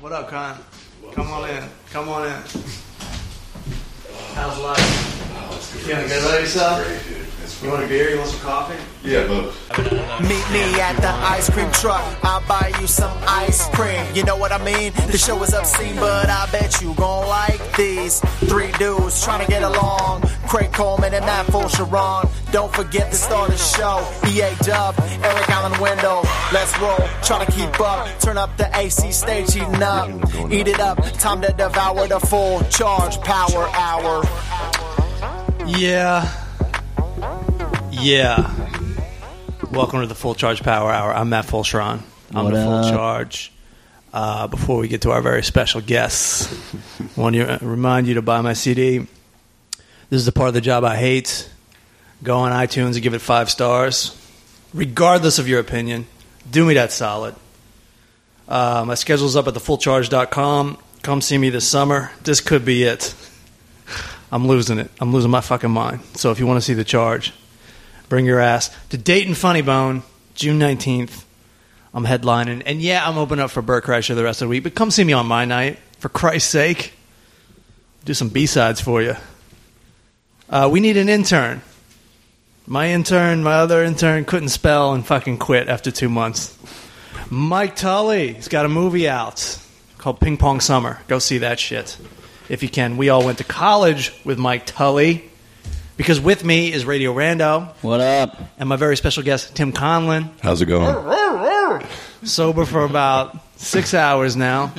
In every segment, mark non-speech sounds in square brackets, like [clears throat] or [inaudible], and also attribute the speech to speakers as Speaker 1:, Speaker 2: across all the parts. Speaker 1: What up, Con? Come on in. Come on in. How's life? You feeling good about yourself?
Speaker 2: Great, dude. It's
Speaker 1: You want a beer? You want some coffee?
Speaker 2: Yeah, both.
Speaker 3: Meet me at the ice cream truck. I'll buy you some ice cream. You know what I mean? The show is obscene, but I bet you gon' like these three dudes trying to get along. Craig Coleman and that fool Sharon. Don't forget to start the show. EA Dub, Eric Allen Window. Let's roll. Try to keep up. Turn up the AC stage, heating up. Eat it up. Time to devour the full charge power hour.
Speaker 1: Yeah. Yeah. Welcome to the Full Charge Power Hour. I'm Matt Fulcheron. I'm
Speaker 4: What
Speaker 1: the Full
Speaker 4: up?
Speaker 1: Charge. Uh, before we get to our very special guests, I want to remind you to buy my CD. This is the part of the job I hate. Go on iTunes and give it five stars. Regardless of your opinion, do me that solid. Uh, my schedule's up at thefullcharge.com. Come see me this summer. This could be it. I'm losing it. I'm losing my fucking mind. So if you want to see the charge, bring your ass to Dayton Funny Bone, June 19th. I'm headlining. And yeah, I'm opening up for Burt Kreischer the rest of the week, but come see me on my night. For Christ's sake, do some B-sides for you. Uh, we need an intern. My intern, my other intern, couldn't spell and fucking quit after two months. Mike Tully, he's got a movie out called Ping Pong Summer. Go see that shit if you can. We all went to college with Mike Tully because with me is Radio Rando
Speaker 4: What up?
Speaker 1: and my very special guest, Tim Conlon.
Speaker 2: How's it going?
Speaker 1: Sober for about six hours
Speaker 4: [laughs]
Speaker 1: now.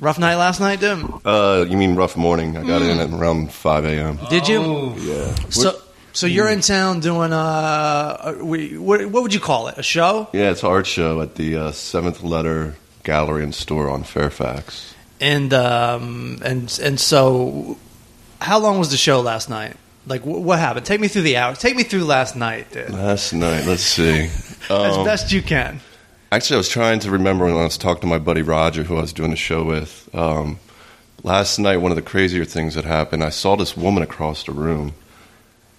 Speaker 1: Rough night last night, Tim.
Speaker 2: Uh, you mean rough morning? I got in at around 5 a.m.
Speaker 1: Mm. Did you?
Speaker 4: Oh.
Speaker 2: Yeah.
Speaker 1: So, so you're in town doing uh, we, what, what would you call it? A show
Speaker 2: Yeah, it's an art show at the uh, Seventh Letter Gallery and Store on Fairfax.
Speaker 1: and um, and and so, how long was the show last night? Like, wh- what happened? Take me through the hours. Take me through last night, dude.
Speaker 2: Last night, let's see.
Speaker 1: as
Speaker 2: Um,
Speaker 1: best you can.
Speaker 2: Actually, I was trying to remember when I was talking to my buddy Roger, who I was doing the show with. Um, last night, one of the crazier things that happened, I saw this woman across the room,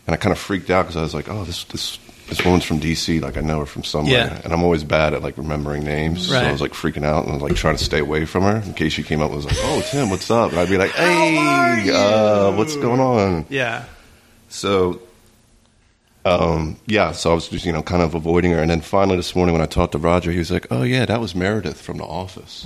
Speaker 2: and I kind of freaked out because I was like, "Oh, this this this woman's from DC. Like, I know her from somewhere."
Speaker 1: Yeah.
Speaker 2: And I'm always bad at like remembering names, so
Speaker 1: Right.
Speaker 2: I was like freaking out and I was like trying to stay away from her in case she came up and was like, "Oh, Tim, what's up?" And I'd be like,
Speaker 1: are
Speaker 2: "Hey, uh, what's going on?"
Speaker 1: Yeah.
Speaker 2: So, um, yeah, so I was just, you know, kind of avoiding her. And then finally this morning when I talked to Roger, he was like, oh, yeah, that was Meredith from The Office.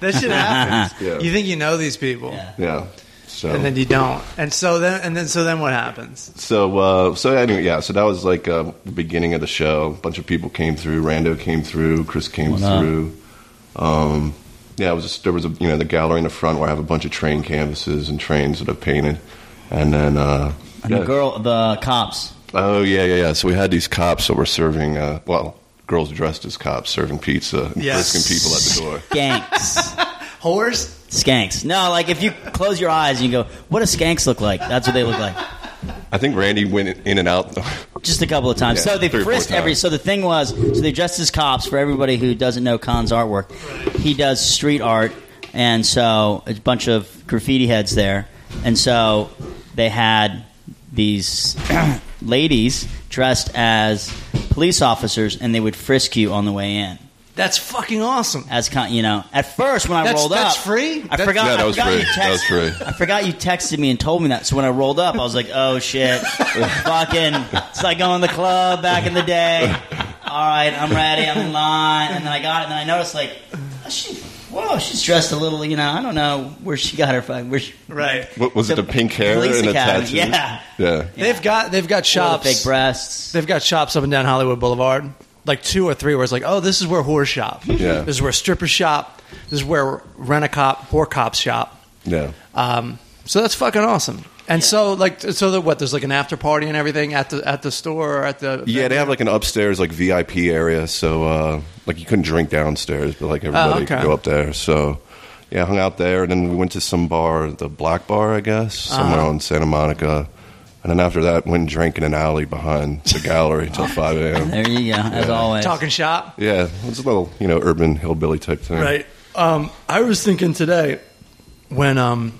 Speaker 1: That shit happens.
Speaker 2: [laughs] Yeah.
Speaker 1: You think you know these people,
Speaker 2: Yeah. So,
Speaker 1: and then you don't. And so then, and then, so then, what happens?
Speaker 2: so, uh, so anyway, yeah, so that was like uh, the beginning of the show. A bunch of people came through. Rando came through. Chris came
Speaker 4: What up?
Speaker 2: through. Um, yeah, it was just, there was a, you know, the gallery in the front where I have a bunch of train canvases and trains that I've painted. And then, uh,
Speaker 4: And the
Speaker 2: yeah.
Speaker 4: girl, the cops.
Speaker 2: Oh yeah, yeah, yeah. So we had these cops that were serving, uh, well, girls dressed as cops serving pizza and
Speaker 1: Yes.
Speaker 2: frisking people at the door. [laughs]
Speaker 4: Skanks.
Speaker 1: Whores?
Speaker 4: skanks. No, like if you close your eyes and you go, what do skanks look like? That's what they look like.
Speaker 2: I think Randy went in and out. [laughs]
Speaker 4: Just a couple of times.
Speaker 2: Yeah,
Speaker 4: so they
Speaker 2: three or four
Speaker 4: frisked every.
Speaker 2: times.
Speaker 4: So the thing was, so they dressed as cops for everybody who doesn't know Khan's artwork. He does street art, and so a bunch of graffiti heads there, and so they had these [clears throat] ladies dressed as police officers, and they would frisk you on the way in.
Speaker 1: That's fucking awesome.
Speaker 4: as con- you know. At first, when I
Speaker 1: That's-
Speaker 4: rolled
Speaker 1: that's
Speaker 4: up,
Speaker 1: free?
Speaker 4: I
Speaker 1: That's-
Speaker 4: forgot.
Speaker 2: Yeah, that
Speaker 4: I
Speaker 2: was
Speaker 4: forgot
Speaker 2: free.
Speaker 4: You text,
Speaker 2: That was free.
Speaker 4: I forgot you texted me and told me that. So when I rolled up, I was like,
Speaker 2: [laughs]
Speaker 4: "Oh shit, fucking!" It's like going to the club back in the day. All right, I'm ready. I'm in line, and then I got it, and then I noticed like, oh, she, whoa, she's dressed a little. You know, I don't know where she got her fucking. Where she,
Speaker 1: Right.
Speaker 2: What was it? The
Speaker 4: The
Speaker 2: pink hair
Speaker 4: police
Speaker 2: and the
Speaker 4: academy,
Speaker 2: tattoos.
Speaker 4: yeah.
Speaker 2: yeah.
Speaker 1: They've got they've got
Speaker 4: wore the
Speaker 1: shops.
Speaker 4: big breasts.
Speaker 1: They've got shops up and down Hollywood Boulevard, like two or three, where it's like, oh, this is where whore shop.
Speaker 2: Yeah.
Speaker 1: This is where stripper shop. This is where rent a cop, whore cop shop.
Speaker 2: yeah.
Speaker 1: Um, so that's fucking awesome. And so like so that what there's like an after party and everything at the at the store or at the
Speaker 2: Yeah, they have like an upstairs like VIP area, so uh, like you couldn't drink downstairs, but like everybody
Speaker 1: okay.
Speaker 2: could go up there. So yeah, I hung out there, and then we went to some bar, the Black Bar, I guess, somewhere on Santa Monica. And then after that, went and drank in an alley behind the gallery until five a.m.
Speaker 4: There you go. As always,
Speaker 1: talking shop.
Speaker 2: Yeah, it was a little you know urban hillbilly type thing.
Speaker 1: Right. Um, I was thinking today when um,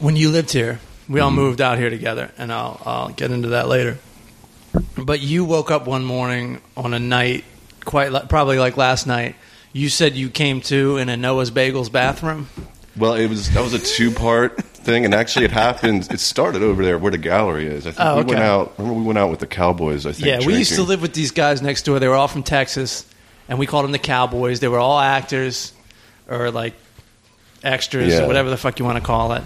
Speaker 1: when you lived here, we all moved out here together, and I'll, I'll get into that later. But you woke up one morning on a night quite li- probably like last night. You said you came to in a Noah's Bagels bathroom.
Speaker 2: Well, it was that was a two part [laughs] thing, and actually, it happened. It started over there where the gallery is. I think
Speaker 1: Oh,
Speaker 2: we went
Speaker 1: okay.
Speaker 2: out. Remember, we went out with the Cowboys. I think.
Speaker 1: yeah, we used to
Speaker 2: drinking.
Speaker 1: live with these guys next door. They were all from Texas, and we called them the Cowboys. They were all actors or like extras
Speaker 2: Yeah.
Speaker 1: or whatever the fuck you want to call it.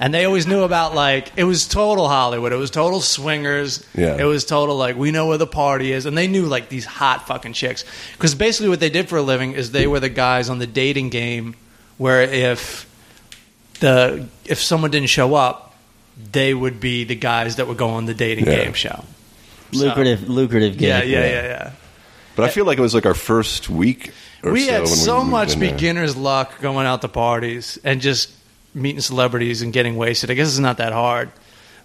Speaker 1: And they always knew about like it was total Hollywood. It was total swingers.
Speaker 2: Yeah.
Speaker 1: It was total like we know where the party is, and they knew like these hot fucking chicks. Because basically, what they did for a living is they were the guys on the dating game where if the if someone didn't show up, they would be the guys that would go on the dating
Speaker 2: Yeah.
Speaker 1: game show.
Speaker 4: lucrative, lucrative gig.
Speaker 1: Yeah, yeah, yeah, yeah.
Speaker 2: But I feel like it was like our first week. Or
Speaker 1: we
Speaker 2: so
Speaker 1: had
Speaker 2: when
Speaker 1: so
Speaker 2: moved
Speaker 1: much
Speaker 2: in there.
Speaker 1: beginner's luck going out to parties and just meeting celebrities and getting wasted. I guess it's not that hard.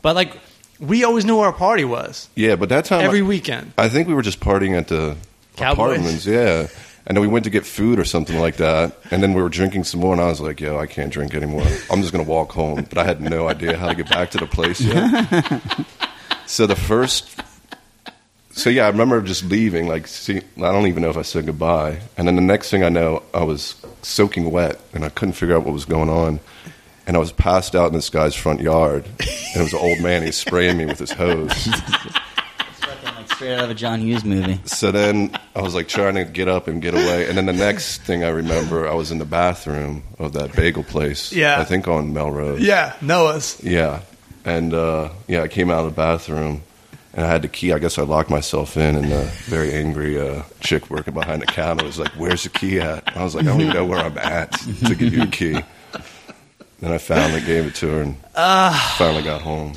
Speaker 1: But like we always knew where our party was
Speaker 2: Yeah, but that time
Speaker 1: every
Speaker 2: I-
Speaker 1: weekend.
Speaker 2: I think we were just partying at the
Speaker 1: Cowboys.
Speaker 2: apartments. Yeah. And then we went to get food or something like that. And then we were drinking some more. And I was like, yo, I can't drink anymore. I'm just going to walk home. But I had no idea how to get back to the place yet. so the first. So yeah, I remember just leaving. Like, see, I don't even know if I said goodbye. And then the next thing I know, I was soaking wet and I couldn't figure out what was going on. And I was passed out in this guy's front yard. And it was an old man. He was spraying me with his hose.
Speaker 4: Fucking, like, straight out of a John Hughes movie.
Speaker 2: So then I was like trying to get up and get away, and then the next thing I remember, I was in the bathroom of that bagel place.
Speaker 1: Yeah.
Speaker 2: I think on Melrose.
Speaker 1: Yeah, Noah's.
Speaker 2: yeah, and uh, yeah, I came out of the bathroom, and I had the key. I guess I locked myself in, and the very angry uh, chick working behind the counter was like, "Where's the key at?" And I was like, "I don't even know where I'm at to give you a key." Then I finally gave it to her, and finally got home.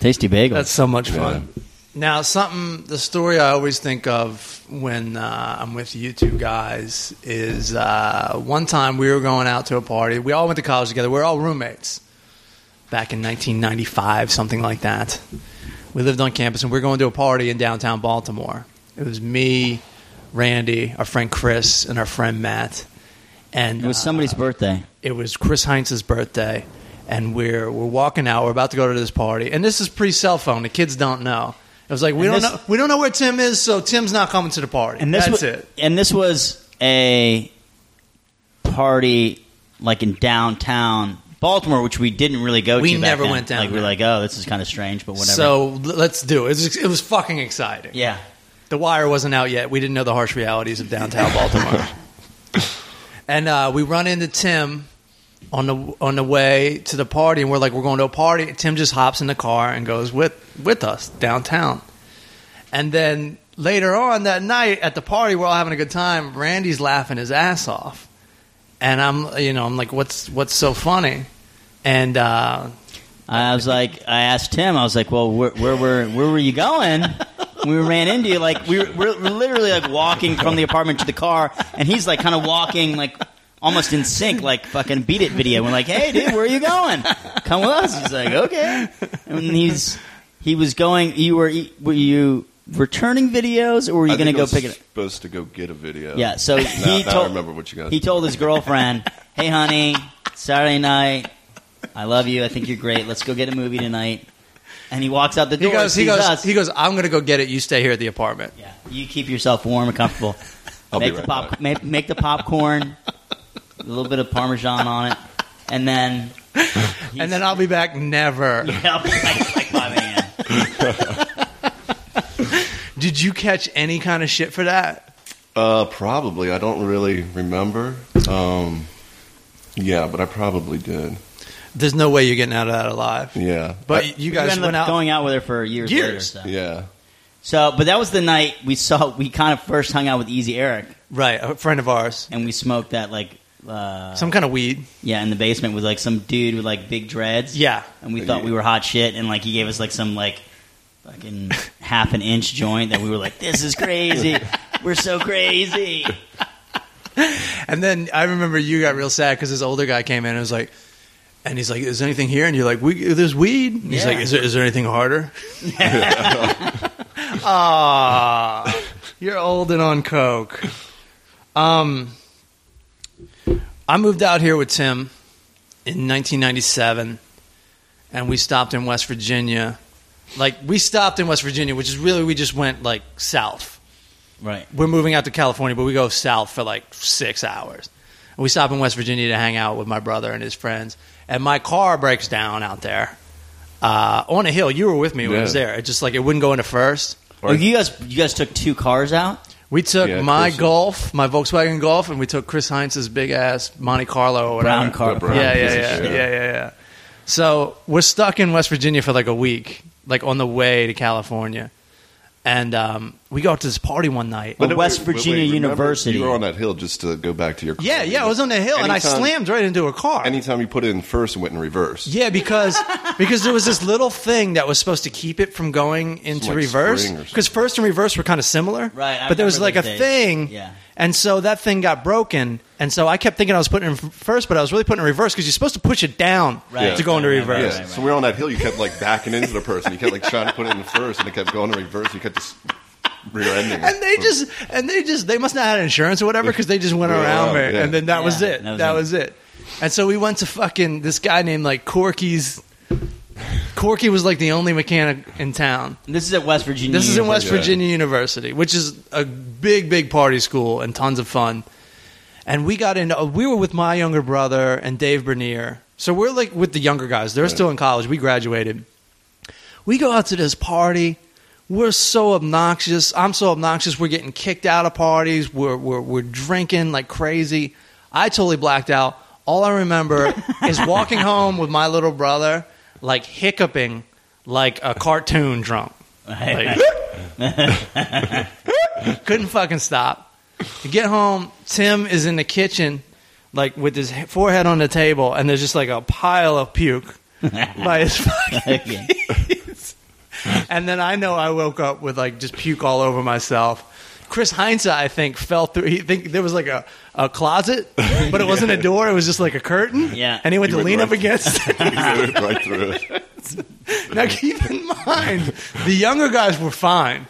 Speaker 4: Tasty bagel.
Speaker 1: That's so much
Speaker 2: Yeah.
Speaker 1: fun. Now, something the story I always think of when uh, I'm with you two guys is uh, one time we were going out to a party. We all went to college together. We were all roommates back in 1995, something like that. We lived on campus and we were going to a party in downtown Baltimore. It was me, Randy, our friend Chris, and our friend Matt. And
Speaker 4: it was
Speaker 1: uh,
Speaker 4: somebody's birthday.
Speaker 1: it was Chris Heinz's birthday, and we're we're walking out. We're about to go to this party, and this is pre cell phone. The kids don't know. It was like we
Speaker 4: And
Speaker 1: don't know
Speaker 4: this-
Speaker 1: we don't know where Tim is, so Tim's not coming to the party.
Speaker 4: And this
Speaker 1: that's
Speaker 4: wa-
Speaker 1: it.
Speaker 4: And this was a party like in downtown Baltimore, which we didn't really go
Speaker 1: We
Speaker 4: to. back
Speaker 1: never
Speaker 4: then.
Speaker 1: went down
Speaker 4: Like we we're
Speaker 1: there.
Speaker 4: like, oh, this is kind of strange, but whatever.
Speaker 1: So l- let's do it. It was, it was fucking exciting.
Speaker 4: yeah,
Speaker 1: The wire wasn't out yet. We didn't know the harsh realities of downtown Baltimore. and uh, we run into Tim on the on the way to the party, and we're like, we're going to a party. Tim just hops in the car and goes with with us downtown. And then later on that night at the party, we're all having a good time. Randy's laughing his ass off, and I'm you know I'm like, what's what's so funny? And uh,
Speaker 4: I was like, I asked him, I was like, well, where where were where were you going? We ran into you like we were, we're we're literally like walking from the apartment to the car, and he's like kind of walking like almost in sync, like fucking beat it video. We're like, hey dude, where are you going? Come with us. He's like, okay, and he's he was going. You were were you returning videos, or were you
Speaker 2: I
Speaker 4: going to
Speaker 2: think I
Speaker 4: go
Speaker 2: was
Speaker 4: pick it? up?
Speaker 2: Supposed to go get a video.
Speaker 4: Yeah,
Speaker 2: [laughs]
Speaker 4: so
Speaker 2: Now-
Speaker 4: he
Speaker 2: now I
Speaker 4: told.
Speaker 2: remember what you guys.
Speaker 4: He told
Speaker 1: [laughs]
Speaker 4: his girlfriend, "Hey, honey, Saturday night. I love you. I think you're great. Let's go get a movie tonight." And he walks out the
Speaker 1: he
Speaker 4: door.
Speaker 1: goes, he
Speaker 4: sees
Speaker 1: goes,
Speaker 4: us.
Speaker 1: he goes. I'm gonna go get it. You stay here at the apartment.
Speaker 4: yeah, you keep yourself warm and
Speaker 1: [laughs]
Speaker 4: comfortable.
Speaker 2: I'll be
Speaker 4: make the
Speaker 2: right
Speaker 4: pop,
Speaker 2: back.
Speaker 4: make, make the popcorn. a little bit of parmesan on it, and then
Speaker 1: [laughs] And then I'll be back. Never.
Speaker 4: I'll be back at like five a.m.
Speaker 1: Did you catch any kind of shit for that?
Speaker 2: Uh, probably. I don't really remember. Um, yeah, but I probably did.
Speaker 1: There's no way you're getting out of that alive.
Speaker 2: Yeah,
Speaker 1: But
Speaker 2: I-
Speaker 1: you guys
Speaker 4: ended
Speaker 1: went
Speaker 4: up
Speaker 1: out.
Speaker 4: going out with her for years, later.
Speaker 1: Years.
Speaker 4: So.
Speaker 2: yeah,
Speaker 4: so, but that was the night we saw. We kind of first hung out with Easy Eric,
Speaker 1: right, a friend of ours.
Speaker 4: and we smoked that like. Uh,
Speaker 1: Some kind of weed.
Speaker 4: Yeah, in the basement with like some dude with like big dreads.
Speaker 1: Yeah.
Speaker 4: and we thought we were hot shit, and like he gave us like some like
Speaker 1: [laughs]
Speaker 4: fucking half an inch joint that we were like, this is crazy. We're so crazy.
Speaker 1: And then I remember you got real sad because this older guy came in and was like, and he's like, is there anything here? And you're like, we, there's weed. And he's
Speaker 4: Yeah.
Speaker 1: like, is there, is there anything harder? [laughs] Ah, you're old and on coke. Um, I moved out here with Tim in 1997, and we stopped in West Virginia. Like we stopped in West Virginia, which is really we just went like south.
Speaker 4: Right.
Speaker 1: we're moving out to California, but we go south for like six hours. And we stop in West Virginia to hang out with my brother and his friends. And my car breaks down out there uh, on a hill. You were with me when I was
Speaker 2: Yeah.
Speaker 1: there. It just like it wouldn't go into first.
Speaker 4: Oh, you guys, you guys took two cars out.
Speaker 1: We took
Speaker 2: Yeah,
Speaker 1: my
Speaker 2: Chris-
Speaker 1: Golf, my Volkswagen Golf, and we took Chris Heinz's big ass Monte Carlo or whatever.
Speaker 4: Brown car.
Speaker 2: Yeah, brown.
Speaker 1: Yeah, yeah,
Speaker 2: piece of
Speaker 1: yeah, yeah,
Speaker 2: shit.
Speaker 1: yeah, yeah. So we're stuck in West Virginia for like a week, like on the way to California, and um, we go out to this party one night.
Speaker 4: But
Speaker 2: But
Speaker 4: West
Speaker 2: wait, wait,
Speaker 4: Virginia
Speaker 2: remember,
Speaker 4: University.
Speaker 2: You were on that hill just to go back to your. car.
Speaker 1: yeah, yeah, I was on the hill and I
Speaker 2: Anytime-
Speaker 1: slammed right into a car.
Speaker 2: Anytime you put it in first and went in reverse.
Speaker 1: Yeah, because because there was this little thing that was supposed to keep it from going into
Speaker 2: like
Speaker 1: reverse.
Speaker 2: spring or something.
Speaker 1: Because first and reverse were kind of similar,
Speaker 4: Right, I
Speaker 1: but there was like
Speaker 4: remember
Speaker 1: a
Speaker 4: those days.
Speaker 1: thing,
Speaker 4: Yeah.
Speaker 1: And so that thing got broken, and so I kept thinking I was putting it in f- first, but I was really putting it in reverse because you're supposed to push it down
Speaker 4: Right.
Speaker 1: to go into
Speaker 4: Right, right,
Speaker 1: reverse.
Speaker 2: Yeah.
Speaker 4: right.
Speaker 2: So we were on that hill. You kept like backing into the person. You kept like trying to put it in first, and it kept going in reverse. You kept just rear ending.
Speaker 1: [laughs] And they
Speaker 2: [laughs]
Speaker 1: just and they just they must not have insurance or whatever because they just went
Speaker 2: Yeah,
Speaker 1: around it,
Speaker 2: yeah.
Speaker 1: and then that
Speaker 4: Yeah,
Speaker 1: was it.
Speaker 4: that was
Speaker 1: That
Speaker 4: it.
Speaker 1: was it. And so we went to fucking this guy named like Corky's. Corky was like the only mechanic in town.
Speaker 4: And this is at West Virginia.
Speaker 1: This is in West
Speaker 2: Yeah.
Speaker 1: Virginia University, which is a big, big party school and tons of fun. And we got into we were with my younger brother and Dave Bernier. So we're like with the younger guys. They're still in college. We graduated. We go out to this party. We're so obnoxious. I'm so obnoxious. We're getting kicked out of parties. We're we're, we're drinking like crazy. I totally blacked out. All I remember is walking home with my little brother, like hiccuping like a cartoon drunk. Like, [laughs] couldn't fucking stop. To get home, Tim is in the kitchen, like with his he- forehead on the table, and there's just like a pile of puke by his fucking
Speaker 4: Yeah.
Speaker 1: keys. And then I know I woke up with like just puke all over myself. Chris Heinz, I think, fell through. He think there was like a, a closet, but it wasn't a door. It was just like a curtain.
Speaker 4: Yeah.
Speaker 1: and he went
Speaker 2: He
Speaker 1: to
Speaker 2: went
Speaker 1: lean up
Speaker 2: right-
Speaker 1: against it.
Speaker 2: right through
Speaker 1: [laughs]
Speaker 2: it.
Speaker 1: now keep in mind, the younger guys were fine.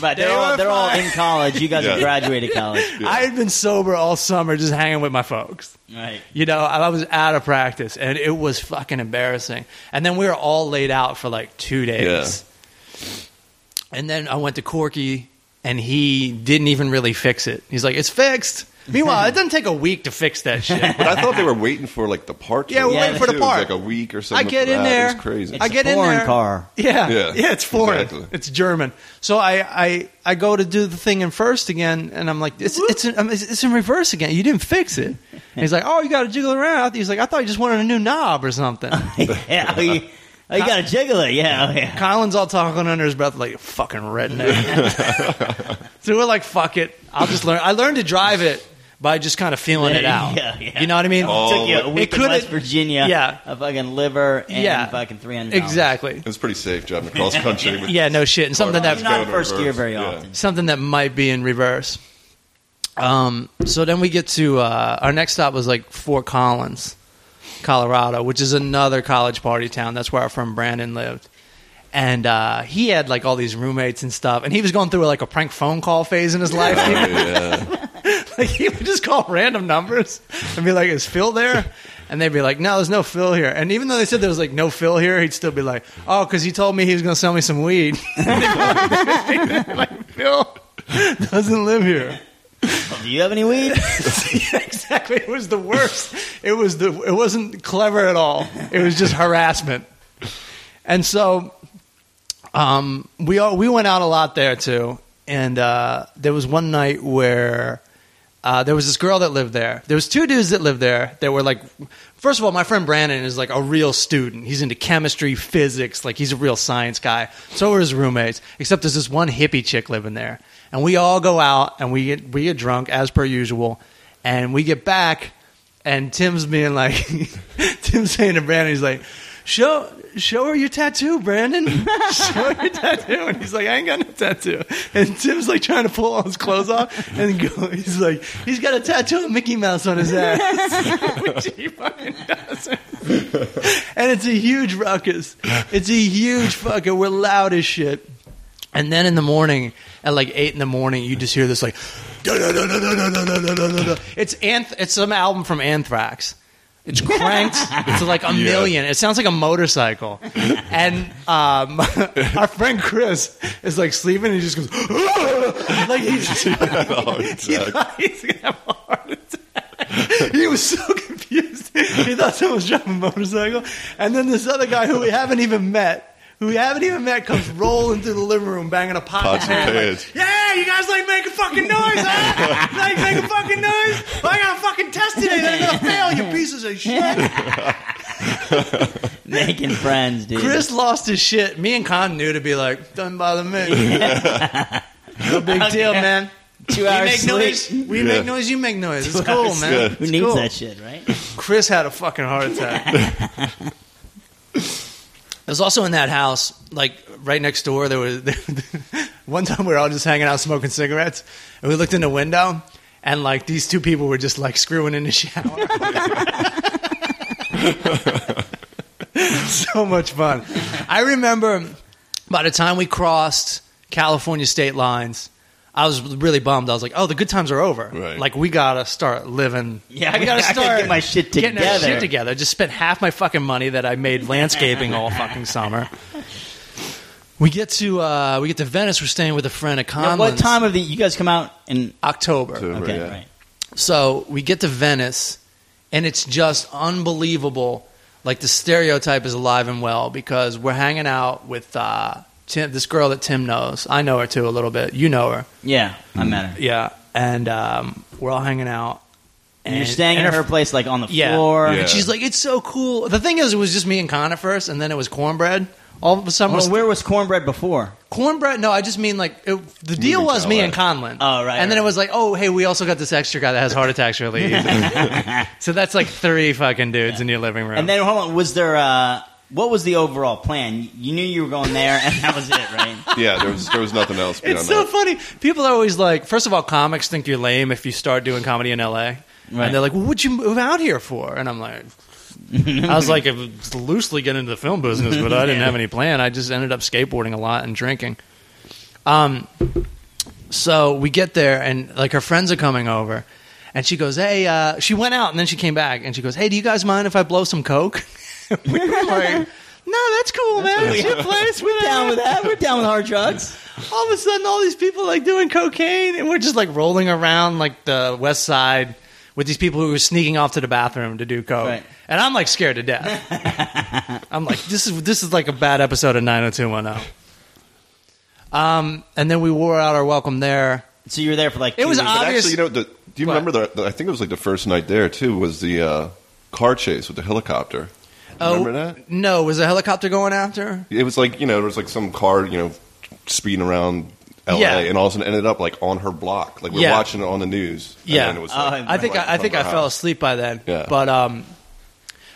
Speaker 4: Right, they're
Speaker 1: They
Speaker 4: all
Speaker 1: were
Speaker 4: they're all
Speaker 1: fine.
Speaker 4: in college. You guys have
Speaker 2: Yeah.
Speaker 4: graduated
Speaker 1: [laughs]
Speaker 4: college.
Speaker 1: I had been sober all summer, just hanging with my folks.
Speaker 4: Right.
Speaker 1: You know, I was out of practice, and it was fucking embarrassing. And then we were all laid out for like two days. And then I went to Corky, and he didn't even really fix it. He's like, "It's fixed." Meanwhile, it doesn't take a week to fix that shit.
Speaker 2: But I thought they were waiting for like the park. to
Speaker 1: Yeah, we're
Speaker 2: open,
Speaker 4: waiting for the
Speaker 2: too. It was,
Speaker 1: park.
Speaker 2: Like a week or
Speaker 1: I
Speaker 2: something.
Speaker 1: get
Speaker 2: for
Speaker 1: in
Speaker 2: that.
Speaker 1: there.
Speaker 2: It's crazy.
Speaker 1: I
Speaker 4: It's a
Speaker 1: get in
Speaker 4: foreign
Speaker 1: there.
Speaker 4: car. [laughs]
Speaker 1: Yeah, yeah,
Speaker 2: Yeah,
Speaker 1: it's foreign.
Speaker 2: exactly.
Speaker 1: It's German. So I, I, I go to do the thing in first again, and I'm like, it's it's in, um, it's it's in reverse again. You didn't fix
Speaker 4: [laughs]
Speaker 1: it. And he's like, oh, you got to jiggle around. He's like, I thought you just wanted a new knob or something.
Speaker 4: [laughs] yeah. Oh, you,
Speaker 1: [laughs]
Speaker 4: oh, you got to jiggle it. Yeah. Oh, yeah.
Speaker 1: Colin's all talking under his breath like fucking redneck.
Speaker 2: [laughs]
Speaker 1: so we're like, fuck it. I'll just learn. I learned to drive it by just kind of feeling it out.
Speaker 4: Yeah, yeah.
Speaker 1: You know what I mean?
Speaker 2: Oh,
Speaker 4: Took you a
Speaker 2: it
Speaker 4: week in
Speaker 1: could've-
Speaker 4: West Virginia.
Speaker 1: Yeah.
Speaker 4: A fucking liver and
Speaker 1: Yeah.
Speaker 4: fucking three hundred.
Speaker 1: exactly.
Speaker 2: It was pretty
Speaker 1: [laughs]
Speaker 2: safe driving across country. With
Speaker 1: Yeah, no shit. And something
Speaker 2: Well,
Speaker 1: that
Speaker 2: you
Speaker 4: Not
Speaker 2: Go
Speaker 4: in
Speaker 2: to
Speaker 4: first gear
Speaker 2: reverse,
Speaker 4: very
Speaker 2: yeah.
Speaker 4: often.
Speaker 1: something that might be in reverse. Um, so then we get to uh, our next stop was like Fort Collins, Colorado, which is another college party town. That's where our friend Brandon lived, and uh, he had like all these roommates and stuff. And he was going through like a prank phone call phase in his
Speaker 2: [laughs]
Speaker 1: life.
Speaker 2: Oh, yeah.
Speaker 1: like he would just call random numbers and be like, "Is Phil there?" And they'd be like, "No, there's no Phil here." And even though they said there was like no Phil here, he'd still be like, "Oh, because he told me he was going to sell me some weed." [laughs] like [laughs] Phil doesn't live here. [laughs]
Speaker 4: Do you have any weed?
Speaker 1: Yeah, exactly. It was the worst. It was the. It wasn't clever at all. It was just harassment. And so, um, we all we went out a lot there too. And uh, there was one night where uh, there was this girl that lived there. There was two dudes that lived there that were like, first of all, my friend Brandon is like a real student. He's into chemistry, physics, like he's a real science guy. So are his roommates. Except there's this one hippie chick living there, and we all go out and we get we get drunk as per usual, and we get back, and Tim's being like, [laughs] Tim's saying to Brandon, he's like, show show her your tattoo, Brandon. [laughs] show her your tattoo. And he's like, I ain't got no tattoo. And Tim's like trying to pull all his clothes off and go, he's like, he's got a tattoo of Mickey Mouse on his ass. Which he fucking doesn't. [laughs] and it's a huge ruckus. It's a huge fucking we're loud as shit. And then in the morning, at like eight in the morning, you just hear this [laughs] like, "Da-da-da-da-da-da-da-da-da-da-da." it's anth- it's some album from Anthrax, It's cranked to like a
Speaker 2: Yeah.
Speaker 1: million. It sounds like a motorcycle. And um, [laughs] our friend Chris is like sleeping and he just goes, [laughs] like he's,
Speaker 2: [laughs] Oh,
Speaker 1: he
Speaker 2: exactly.
Speaker 1: thought [laughs] he's going to have a heart attack. He was so [laughs] confused. He thought someone was driving a motorcycle. And then this other guy who we haven't even met, who we haven't even met, comes rolling through the living room banging a pot.
Speaker 2: Pots and
Speaker 1: hat. Like,
Speaker 2: pans.
Speaker 1: yeah, you guys like making fucking noise, huh? like making fucking noise? Well, I got a fucking test today. They're going to fail, you pieces of shit.
Speaker 4: Making friends, dude.
Speaker 1: Chris lost his shit. Me and Con knew to be like, doesn't bother [laughs] me. no big deal, man.
Speaker 4: Two
Speaker 1: We
Speaker 4: hours
Speaker 1: make
Speaker 4: sleep.
Speaker 1: noise. We
Speaker 2: Yeah.
Speaker 1: make noise. You make noise. It's cool, man.
Speaker 2: Yeah.
Speaker 4: Who
Speaker 1: It's
Speaker 4: needs
Speaker 1: cool.
Speaker 4: that shit, right?
Speaker 1: [laughs] Chris had a fucking heart attack. It was also in that house, like right next door. There was [laughs] one time we were all just hanging out smoking cigarettes, and we looked in the window, and like these two people were just like screwing in the shower. [laughs] so much fun. I remember by the time we crossed California state lines, I was really bummed. I was like, "Oh, the good times are over.
Speaker 2: Right.
Speaker 1: Like we gotta start living.
Speaker 4: Yeah, I
Speaker 1: we gotta
Speaker 4: gotta- I gotta
Speaker 1: start
Speaker 4: get my shit
Speaker 1: getting our
Speaker 4: together.
Speaker 1: shit together. I just spent half my fucking money that I made landscaping all fucking summer. We get to uh, we get to Venice. We're staying with a friend at
Speaker 4: Now,
Speaker 1: Conlon's.
Speaker 4: what time of the you guys come out in?
Speaker 1: October.
Speaker 2: Two.
Speaker 4: Okay,
Speaker 2: Yeah.
Speaker 4: right.
Speaker 1: So we get to Venice, and it's just unbelievable. Like the stereotype is alive and well because we're hanging out with uh, Tim, this girl that Tim knows. I know her too a little bit. You know her,
Speaker 4: Yeah, I
Speaker 1: Hmm.
Speaker 4: met her.
Speaker 1: yeah. And um, we're all hanging out.
Speaker 4: And, you're staying
Speaker 1: and
Speaker 4: at her place, like on the floor.
Speaker 1: yeah.
Speaker 2: Yeah.
Speaker 1: And she's like, "It's so cool." The thing is, it was just me and Connor first, and then it was Cornbread. All of a sudden,
Speaker 4: Well,
Speaker 1: we're-
Speaker 4: Oh, where was cornbread before?
Speaker 1: Cornbread. No, I just mean like it, the deal
Speaker 2: Moving
Speaker 1: was
Speaker 2: to
Speaker 1: me
Speaker 2: LA.
Speaker 1: and Conlon.
Speaker 4: Oh, right,
Speaker 1: And then
Speaker 4: right.
Speaker 1: it was like, oh, hey, we also got this extra guy that has heart attacks really easy. so that's like three fucking dudes in your living room.
Speaker 4: And then hold on, was there? Uh, what was the overall plan? You knew you were going there, and that was
Speaker 1: [laughs]
Speaker 4: it, right?
Speaker 2: Yeah, there was there was nothing else beyond
Speaker 1: it's so
Speaker 2: that.
Speaker 1: funny. People are always like, first of all, comics think you're lame if you start doing comedy in L.A.
Speaker 4: Right.
Speaker 1: And they're like, well, what'd you move out here for? And I'm like. I was like, "If- loosely get into the film business, but I didn't have any plan. I just ended up skateboarding a lot and drinking. Um, So we get there, and like her friends are coming over, and she goes, "Hey," uh, she went out, and then she came back, and she goes, "Hey, do you guys mind if I blow some coke?" [laughs] we were like, "No, that's cool, man. It's your place. We're
Speaker 4: down with that. We're down with hard drugs.
Speaker 1: All of a sudden, all these people like doing cocaine, and we're just like rolling around like the West Side with these people who were sneaking off to the bathroom to do coke,
Speaker 4: Right.
Speaker 1: and I'm like scared to death. I'm like, this is this is like a bad episode of 90210. Um, and then we wore out our welcome there.
Speaker 4: So you were there for like.
Speaker 1: It
Speaker 4: two
Speaker 1: was
Speaker 4: weeks.
Speaker 2: But
Speaker 1: obvious-
Speaker 2: actually, you know, the, do you
Speaker 1: What?
Speaker 2: remember the, the- I think it was like the first night there too was the uh, car chase with the helicopter.
Speaker 1: Oh.
Speaker 2: Remember that?
Speaker 1: No, was a helicopter going after? her?
Speaker 2: It was like you know, there was like some car you know speeding around L.A.
Speaker 1: Yeah.
Speaker 2: and all of a sudden ended up like on her block. Like we're
Speaker 1: Yeah.
Speaker 2: watching it on the news. and
Speaker 1: Yeah.
Speaker 2: then it was,
Speaker 4: Oh,
Speaker 2: like,
Speaker 4: and-
Speaker 1: I think
Speaker 2: like,
Speaker 1: I, I
Speaker 2: from
Speaker 1: think
Speaker 2: her
Speaker 1: I fell
Speaker 2: house.
Speaker 1: asleep by then.
Speaker 2: Yeah.
Speaker 1: But um,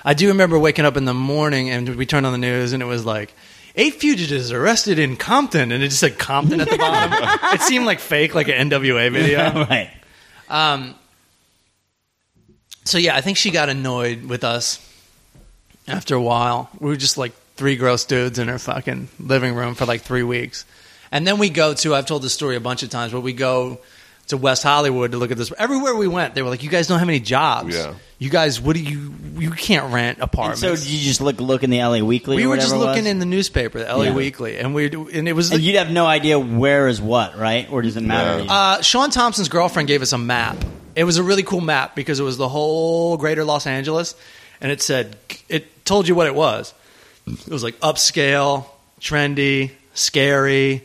Speaker 1: I do remember waking up in the morning and we turned on the news and it was like eight fugitives arrested in Compton and it just said Compton at the
Speaker 2: [laughs]
Speaker 1: bottom. it seemed like fake, like an NWA video.
Speaker 4: [laughs] right.
Speaker 1: so yeah, I think she got annoyed with us after a while. We were just like three gross dudes in her fucking living room for like three weeks. And then we go to, I've told this story a bunch of times, but we go to West Hollywood to look at this. Everywhere we went, they were like, you guys don't have any jobs.
Speaker 2: Yeah.
Speaker 1: You guys, what do you, you can't rent
Speaker 4: And
Speaker 1: apartments.
Speaker 4: so did you just look look in the LA Weekly?
Speaker 1: we
Speaker 4: or
Speaker 1: were just
Speaker 4: whatever it
Speaker 1: looking
Speaker 4: was?
Speaker 1: in the newspaper, the LA
Speaker 4: Yeah.
Speaker 1: Weekly, and we and it was
Speaker 4: And you'd have no idea where is what, right? Or does it matter?
Speaker 2: Yeah.
Speaker 1: Uh, Sean Thompson's girlfriend gave us a map. It was a really cool map because it was the whole greater Los Angeles, and it said it told you what it was. It was like upscale, trendy, scary.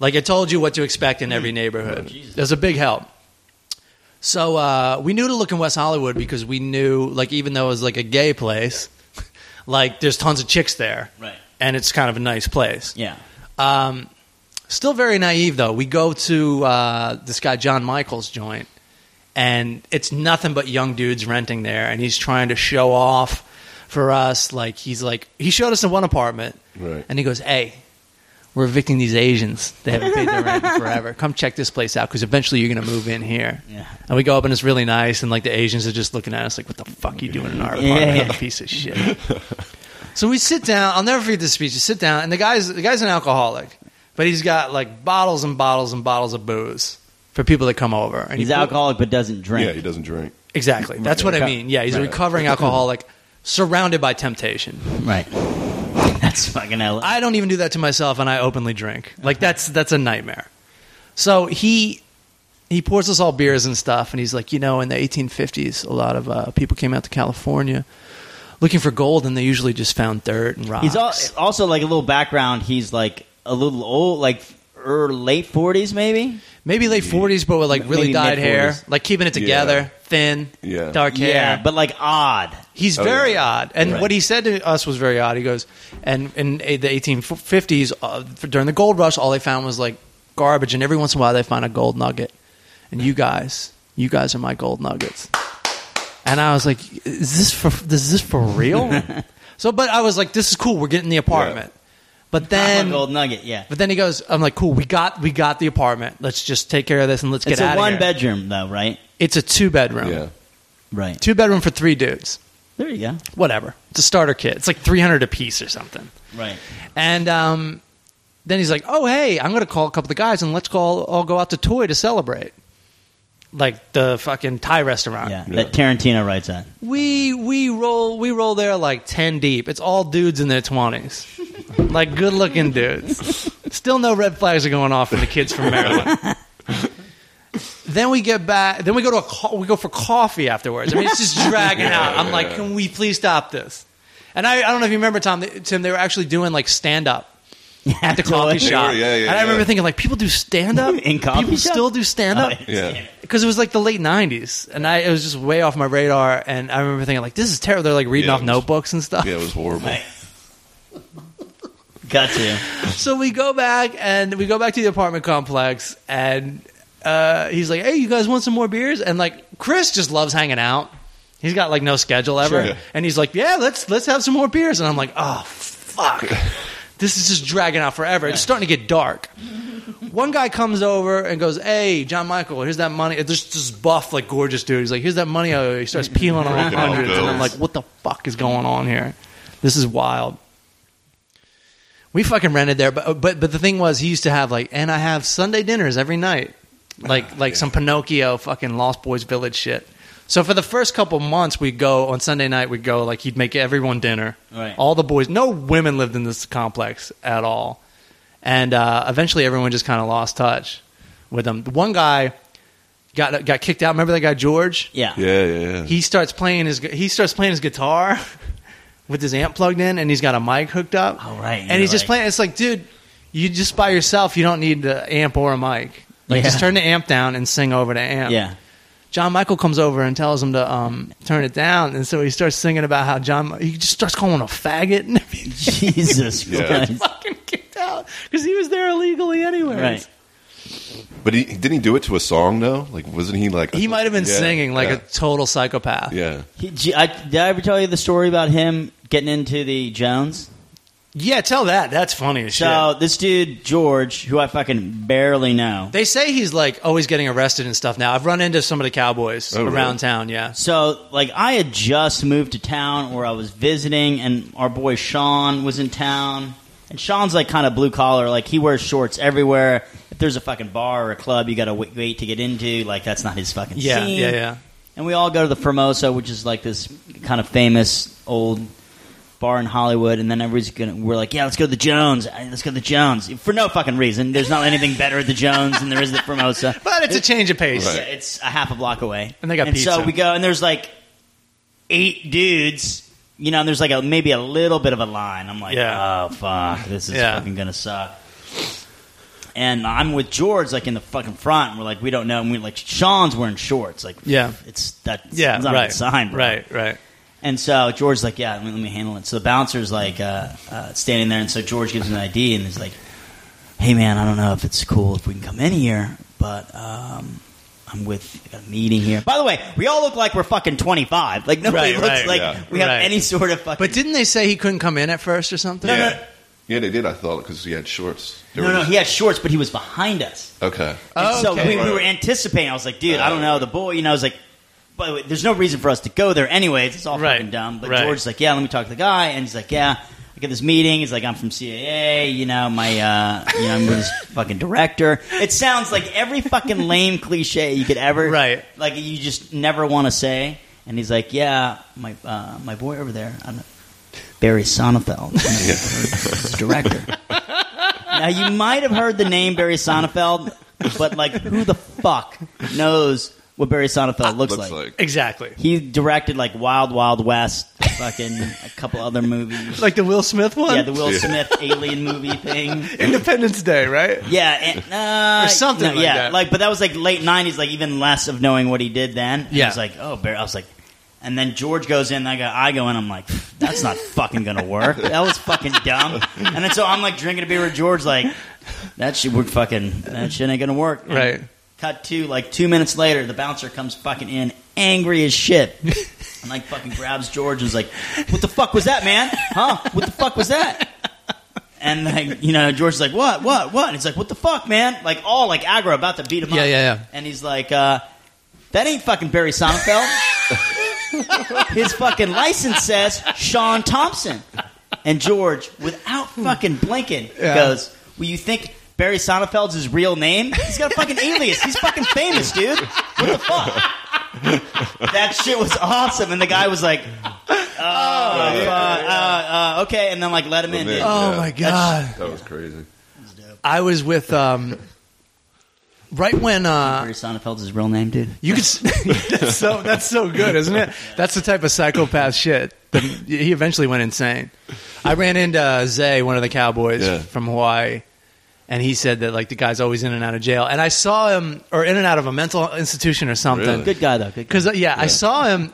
Speaker 1: Like it told you what to expect in every neighborhood.
Speaker 4: Jesus.
Speaker 1: It was a big help. So uh, we knew to look in West Hollywood because we knew, like, even though it was like a gay place, [laughs] like there's tons of chicks there,
Speaker 4: Right.
Speaker 1: and it's kind of a nice place.
Speaker 4: yeah.
Speaker 1: Um, still very naive though. We go to uh, this guy John Michaels joint, and it's nothing but young dudes renting there, and he's trying to show off for us. Like he's like he showed us in one apartment,
Speaker 2: Right.
Speaker 1: and he goes, "Hey, we're evicting these Asians. They haven't paid their rent in forever. Come check this place out because eventually you're gonna move in here."
Speaker 4: Yeah.
Speaker 1: And we go up and it's really nice, and like the Asians are just looking at us like, "What the fuck you doing in our
Speaker 4: Yeah.
Speaker 1: apartment, you piece of shit?" [laughs] So we sit down. I'll never forget this speech. You sit down, and the guy's the guy's an alcoholic, but he's got like bottles and bottles and bottles of booze for people that come over. And
Speaker 4: He's
Speaker 1: he-
Speaker 4: alcoholic but doesn't drink.
Speaker 2: Yeah, he doesn't drink.
Speaker 1: Exactly. That's what I
Speaker 4: Reco-
Speaker 1: mean. Yeah, he's a
Speaker 4: right. [laughs]
Speaker 1: recovering alcoholic surrounded by temptation.
Speaker 4: Right. [laughs] That's fucking hell.
Speaker 1: I don't even do that to myself, and I openly drink. Like that's that's a nightmare. So he he pours us all beers and stuff, and he's like, you know, in the 1850s, a lot of uh, people came out to California looking for gold, and they usually just found dirt and rocks.
Speaker 4: He's al- also like a little background. He's like a little old, like er, late forties, maybe.
Speaker 1: Maybe late 40s, but with like really
Speaker 4: Maybe
Speaker 1: dyed hair,
Speaker 4: mid-forties.
Speaker 1: like keeping it together,
Speaker 2: Yeah.
Speaker 1: thin,
Speaker 2: Yeah.
Speaker 1: dark hair.
Speaker 4: but like odd.
Speaker 1: He's
Speaker 2: Oh,
Speaker 1: very
Speaker 2: yeah.
Speaker 1: odd, and
Speaker 4: Right.
Speaker 1: what he said to us was very odd. He goes, and in a- the 1850s, uh, during the gold rush, all they found was like garbage, and every once in a while they found a gold nugget. And you guys, you guys are my gold nuggets. And I was like, is this for is this for
Speaker 4: [laughs]
Speaker 1: real? so, but I was like, this is cool. We're getting the apartment. But
Speaker 4: And
Speaker 1: then,
Speaker 4: gold nugget, yeah.
Speaker 1: but then he goes, I'm like, cool. We got we got the apartment. Let's just take care of this and let's
Speaker 4: It's
Speaker 1: get out
Speaker 4: a
Speaker 1: of
Speaker 4: one
Speaker 1: here.
Speaker 4: bedroom though, right?
Speaker 1: It's a two bedroom.
Speaker 2: Yeah.
Speaker 4: Right.
Speaker 1: Two bedroom for three dudes.
Speaker 4: There you go.
Speaker 1: Whatever. It's a starter kit. It's like 300 a piece or something.
Speaker 4: Right.
Speaker 1: And um, then he's like, "Oh, hey, I'm going to call a couple of the guys and let's call all go out to Toy to celebrate." Like the fucking Thai restaurant.
Speaker 4: Yeah.
Speaker 2: Yeah.
Speaker 4: That Tarantino writes that. [laughs]
Speaker 1: We we roll we roll there like 10 deep. It's all dudes in their 20s. like good-looking dudes. Still no red flags are going off from the kids from Maryland. Then we get back. Then we go to a co- we go for coffee afterwards. I mean, it's just dragging out. I'm like, can we please stop this? And I, I don't know if you remember Tom. They, Tim, they were actually doing like stand up at the coffee
Speaker 4: Totally.
Speaker 1: shop.
Speaker 2: were, yeah, yeah,
Speaker 1: and I remember
Speaker 2: yeah.
Speaker 1: thinking like, people do stand up
Speaker 4: [laughs] In coffee Oh,
Speaker 1: People
Speaker 4: shops?
Speaker 1: still do stand up
Speaker 2: Yeah.
Speaker 1: because it was like the late '90s, and I it was just way off my radar. And I remember thinking like, this is terrible. They're like reading
Speaker 2: Yeah,
Speaker 1: off
Speaker 2: it was-
Speaker 1: notebooks and stuff.
Speaker 2: Yeah, it was horrible.
Speaker 4: Right. [laughs] Got to.
Speaker 1: [laughs] so we go back and we go back to the apartment complex and uh, he's like hey you guys want some more beers and like chris just loves hanging out he's got like no schedule ever
Speaker 2: Sure.
Speaker 1: and he's like yeah let's let's have some more beers and i'm like oh
Speaker 2: [laughs]
Speaker 1: fuck this is just dragging out forever it's starting to get dark one guy comes over and goes, "Hey, John Michael, here's that money." There's this buff, like gorgeous dude. He's like, "Here's that money." I owe you." He
Speaker 2: [laughs]
Speaker 1: starts peeling on
Speaker 2: Breaking all
Speaker 1: hundreds, and I'm
Speaker 2: bills.
Speaker 1: like, "What the fuck is going on here? This is wild." We fucking rented there, but but but the thing was, he used to have like, and I have Sunday dinners every night, like like some Pinocchio fucking Lost Boys Village shit. So for the first couple months, we would go on Sunday night. We would go like he'd make everyone dinner.
Speaker 4: Right.
Speaker 1: All the boys, no women lived in this complex at all, and uh, eventually everyone just kind of lost touch with them. The one guy got got kicked out. Remember that guy George?
Speaker 4: Yeah.
Speaker 2: Yeah, yeah, yeah.
Speaker 1: He starts playing his he starts playing his guitar [laughs] with his amp plugged in, and he's got a mic hooked up.
Speaker 4: Oh, right.
Speaker 1: and
Speaker 4: You're
Speaker 1: he's just
Speaker 4: like-
Speaker 1: playing. It's like, dude, you just by yourself. You don't need the amp or a mic. Like,
Speaker 4: Yeah.
Speaker 1: just turn the amp down and sing over the amp.
Speaker 4: Yeah.
Speaker 1: John Michael comes over and tells him to um, turn it down, and so he starts singing about how John. He just starts calling him a faggot and [laughs] everything.
Speaker 4: Jesus
Speaker 1: [laughs]
Speaker 2: Yeah.
Speaker 4: Christ.
Speaker 1: fucking kicked out because he was there illegally anyways.
Speaker 4: Right.
Speaker 2: But he didn't he do it to a song though? Like wasn't he like
Speaker 1: He might have been
Speaker 2: Yeah,
Speaker 1: singing like
Speaker 2: yeah,
Speaker 1: a total psychopath.
Speaker 2: yeah.
Speaker 4: He, gee, I, did I ever tell you the story about him getting into the Jones?
Speaker 1: Yeah, tell that. That's funny as shit.
Speaker 4: So this dude George, who I fucking barely know.
Speaker 1: They say he's like always getting arrested and stuff now. I've run into some of the cowboys
Speaker 2: Oh,
Speaker 1: around
Speaker 2: really?
Speaker 1: town, yeah.
Speaker 4: So, like, I had just moved to town where I was visiting, and our boy Sean was in town. And Sean's like kind of blue collar, like he wears shorts everywhere. If there's a fucking bar or a club, you got to wait, wait to get into. Like, that's not his fucking
Speaker 1: Yeah,
Speaker 4: scene.
Speaker 1: yeah, yeah.
Speaker 4: And we all go to the Formosa, which is like this kind of famous old bar in Hollywood. And then everybody's gonna, we're like, yeah, let's go to the Jones. Uh, Let's go to the Jones for no fucking reason. There's not anything better at the Jones than there is at the Formosa.
Speaker 1: But it's a change of pace.
Speaker 2: Right.
Speaker 4: Yeah, it's a half a block away.
Speaker 1: And they got
Speaker 4: and so
Speaker 1: pizza.
Speaker 4: we go, and there's like eight dudes. You know, and there's like a, maybe a little bit of a line. I'm like,
Speaker 1: Yeah.
Speaker 4: oh fuck, this is
Speaker 1: Yeah.
Speaker 4: fucking gonna suck. And I'm with George, like in the fucking front. And we're like, we don't know. And we like Sean's wearing shorts, like
Speaker 1: Yeah.
Speaker 4: it's that's
Speaker 1: Yeah,
Speaker 4: it's not
Speaker 1: right.
Speaker 4: a sign, bro.
Speaker 1: Right, right.
Speaker 4: And so George's like, yeah, let me, let me handle it. So the bouncer's like uh, uh, standing there, and so George gives him an ID, and he's like, hey man, I don't know if it's cool if we can come in here, but um, I'm with I got a meeting here. By the way, we all look like we're fucking 25. Like nobody
Speaker 1: Right,
Speaker 4: looks
Speaker 1: right,
Speaker 4: like
Speaker 2: yeah.
Speaker 4: we have
Speaker 1: Right.
Speaker 4: any sort of fucking.
Speaker 1: But didn't they say he couldn't come in at first or something?
Speaker 2: yeah. Yeah, they did. I thought because he had shorts. They
Speaker 4: no,
Speaker 2: were
Speaker 4: no,
Speaker 2: just-
Speaker 4: he had shorts, but he was behind us.
Speaker 2: okay.
Speaker 4: And
Speaker 1: Oh,
Speaker 4: so
Speaker 1: okay.
Speaker 4: we, we were anticipating. I was like, dude, I don't know.
Speaker 2: Right.
Speaker 4: The boy, you know, I was like, by the way, there's no reason for us to go there anyways. It's all
Speaker 1: Right.
Speaker 4: fucking dumb. But
Speaker 1: Right.
Speaker 4: George's like, yeah, let me talk to the guy. And he's like, yeah, I like at this meeting, he's like, I'm from CAA, you know, my, uh, you know, I'm his [laughs] fucking director. It sounds like every fucking lame cliche you could ever,
Speaker 1: Right.
Speaker 4: Like you just never want to say. And he's like, yeah, my uh, my boy over there, I don't know, Barry Sonnenfeld, [laughs] his director. now you might have heard the name Barry Sonnenfeld, but like, who the fuck knows what Barry Sonnenfeld looks,
Speaker 2: Looks
Speaker 4: like?
Speaker 2: like.
Speaker 1: Exactly.
Speaker 4: He directed like Wild Wild West, fucking a couple other movies.
Speaker 1: Like the Will Smith one?
Speaker 4: Yeah, the Will
Speaker 2: Yeah.
Speaker 4: Smith alien movie thing.
Speaker 1: Independence Day, right?
Speaker 4: [laughs] Yeah, and, uh,
Speaker 1: Or something
Speaker 4: no,
Speaker 1: like
Speaker 4: yeah,
Speaker 1: that.
Speaker 4: like but that was like late '90s, like even less of knowing what he did then. And
Speaker 1: Yeah.
Speaker 4: I was like, oh, Barry. I was like, and then George goes in, and I go, I go in, I'm like, that's not fucking gonna
Speaker 1: [laughs]
Speaker 4: work. That was fucking dumb. And then so I'm like drinking a beer with George, like that shit would fucking that shit ain't gonna work. And
Speaker 1: Right.
Speaker 4: Cut to like two minutes later, the bouncer comes fucking in, angry
Speaker 1: [laughs]
Speaker 4: as shit. And like fucking grabs George and is like, "What the fuck was that, man? Huh? What the fuck was that?" And like you know, George's like, "What? What? What?" And he's like, "What the fuck, man?" Like all like aggro, about to beat him
Speaker 1: Yeah,
Speaker 4: up.
Speaker 1: yeah, yeah.
Speaker 4: And he's like, uh, "That ain't fucking Barry Sonnenfeld. His fucking license says Sean Thompson." And George, without fucking blinking,
Speaker 1: Yeah.
Speaker 4: goes, "Well, you think Barry Sonnenfeld's his real name? He's got a fucking alias. He's fucking famous, dude. What the fuck?" that shit was awesome. And the guy was like, oh, fuck, uh, uh, okay. And then, like, let him
Speaker 2: Let him
Speaker 4: in. dude.
Speaker 2: in.
Speaker 1: Oh
Speaker 2: Yeah.
Speaker 1: my god.
Speaker 2: That was crazy.
Speaker 1: I was with um, right when uh,
Speaker 4: Barry Sonnenfeld's his real name, dude.
Speaker 1: you could. s- [laughs] that's so that's so good, isn't it? That's the type of psychopath shit. that he eventually went insane. I ran into uh, Zay, one of the cowboys
Speaker 2: Yeah.
Speaker 1: from Hawaii, and he said that like the guy's always in and out of jail. And I saw him or in and out of a mental institution or something.
Speaker 2: Really?
Speaker 4: Good guy, though. Good guy.
Speaker 1: Because uh, yeah, I saw him.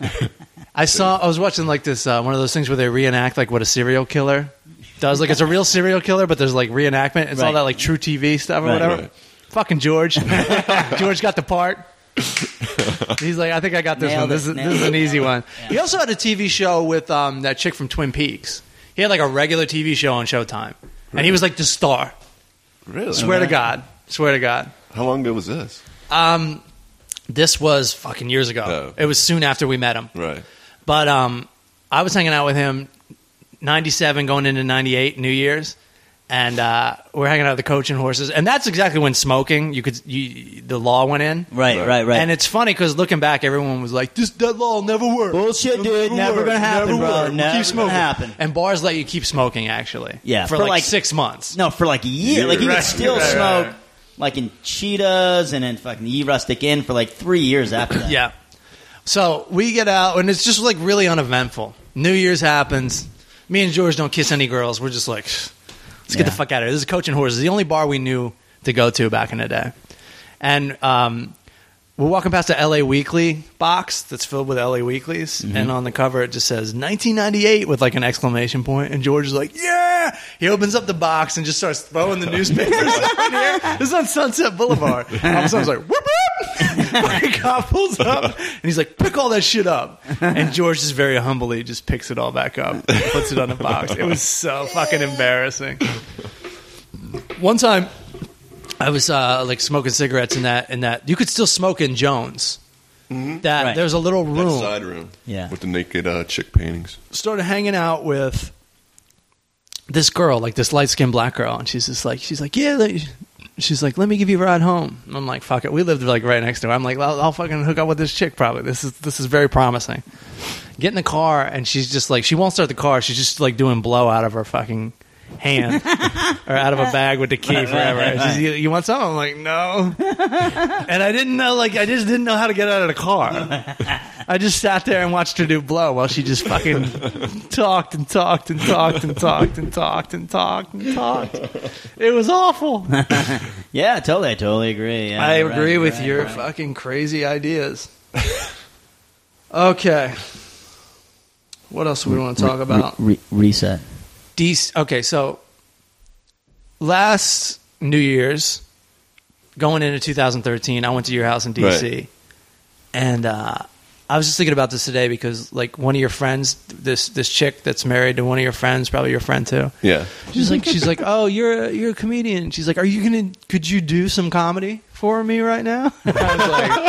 Speaker 1: I saw. I was watching like this uh, one of those things where they reenact like what a serial killer does. Like it's a real serial killer, but there's like reenactment. It's all
Speaker 4: Right.
Speaker 1: that like true TV stuff or
Speaker 4: Right.
Speaker 1: whatever.
Speaker 2: Right.
Speaker 1: Fucking George. George got the part. He's like, I think I got this
Speaker 4: Nailed
Speaker 1: one.
Speaker 4: it.
Speaker 1: This is,
Speaker 4: Nailed
Speaker 1: this is
Speaker 4: it.
Speaker 1: an easy one.
Speaker 4: Yeah.
Speaker 1: He also had a TV show with um, that chick from Twin Peaks. He had like a regular TV show on Showtime, and he was like the star.
Speaker 2: Really?
Speaker 1: Swear to God. Swear to God.
Speaker 2: How long ago was this?
Speaker 1: Um, this was fucking years ago.
Speaker 2: Oh.
Speaker 1: It was soon after we met him.
Speaker 2: Right.
Speaker 1: But um, I was hanging out with him, '97 going into '98 New Year's, and uh, we're hanging out at the Coach and Horses, and that's exactly when smoking you could you, the law went in.
Speaker 4: Right, right, right.
Speaker 1: And it's funny because looking back, everyone was like, "This that law will never work."
Speaker 4: Bullshit, dude. Never gonna happen,
Speaker 1: never
Speaker 4: bro.
Speaker 1: work.
Speaker 4: Never
Speaker 1: keep
Speaker 4: gonna
Speaker 1: smoking.
Speaker 4: happen.
Speaker 1: And bars let you keep smoking actually.
Speaker 4: Yeah,
Speaker 1: for,
Speaker 4: for
Speaker 1: like,
Speaker 4: like-
Speaker 1: six months.
Speaker 4: no, for like a year. Like, you
Speaker 1: Right,
Speaker 4: could still
Speaker 1: right,
Speaker 4: smoke,
Speaker 1: right.
Speaker 4: like, in Cheetahs and in fucking E Rustic Inn for like three years after that.
Speaker 1: Yeah. So we get out, and it's just like really uneventful. New Year's happens. Me and George don't kiss any girls. We're just like, let's get the
Speaker 4: Yeah.
Speaker 1: fuck out of here. This is Coach and Horses, the only bar we knew to go to back in the day. And um, we're walking past the LA Weekly box that's filled with LA Weeklies, and on the cover it just says 1998 with like an exclamation point, and George is like, "Yeah!" He opens up the box and just starts throwing the newspapers in here. This is on Sunset Boulevard. All of a sudden, it's like, "Whoop whoop!" [laughs] My cop pulls up, and he's like, "Pick all that shit up," and George just very humbly just picks it all back up, and puts it on the box. It was so fucking embarrassing. One time. I was uh, like smoking cigarettes in that in that you could still smoke in Jones. That
Speaker 4: Right.
Speaker 1: there's a little room.
Speaker 2: That side room.
Speaker 4: Yeah.
Speaker 2: With the naked uh, chick paintings.
Speaker 1: Started hanging out with this girl, like this light skinned black girl, and she's just like she's like yeah. Let, She's like, let me give you a ride home. And I'm like, fuck it. We lived like right next door. I'm like, I'll, I'll fucking hook up with this chick. Probably this is this is very promising. Get in the car, and she's just like, she won't start the car. She's just like doing blow out of her fucking hand [laughs] or out of a bag with the key forever.
Speaker 4: right, right.
Speaker 1: She's, you, you want something? I'm like, no. [laughs] and I didn't know, like, I just didn't know how to get out of the car. I just sat there and watched her do blow while she just fucking talked and talked and talked and talked and talked and talked and talked. It was
Speaker 4: [laughs]
Speaker 1: awful.
Speaker 4: Yeah, totally. I totally agree. Yeah,
Speaker 1: I
Speaker 4: you're right,
Speaker 1: agree
Speaker 4: you're
Speaker 1: with
Speaker 4: right,
Speaker 1: your
Speaker 4: you're right.
Speaker 1: fucking crazy ideas. okay. What else do we want to talk about?
Speaker 4: Re- reset.
Speaker 1: Dec- okay, so last New Year's, going into 2013, I went to your house in DC, and uh, I was just thinking about this today because like one of your friends, this this chick that's married to one of your friends, probably your friend too.
Speaker 2: Yeah.
Speaker 1: She's like, she's like, oh, you're a, you're a comedian. She's like, are you gonna? Could you do some comedy for me right now? [laughs] I was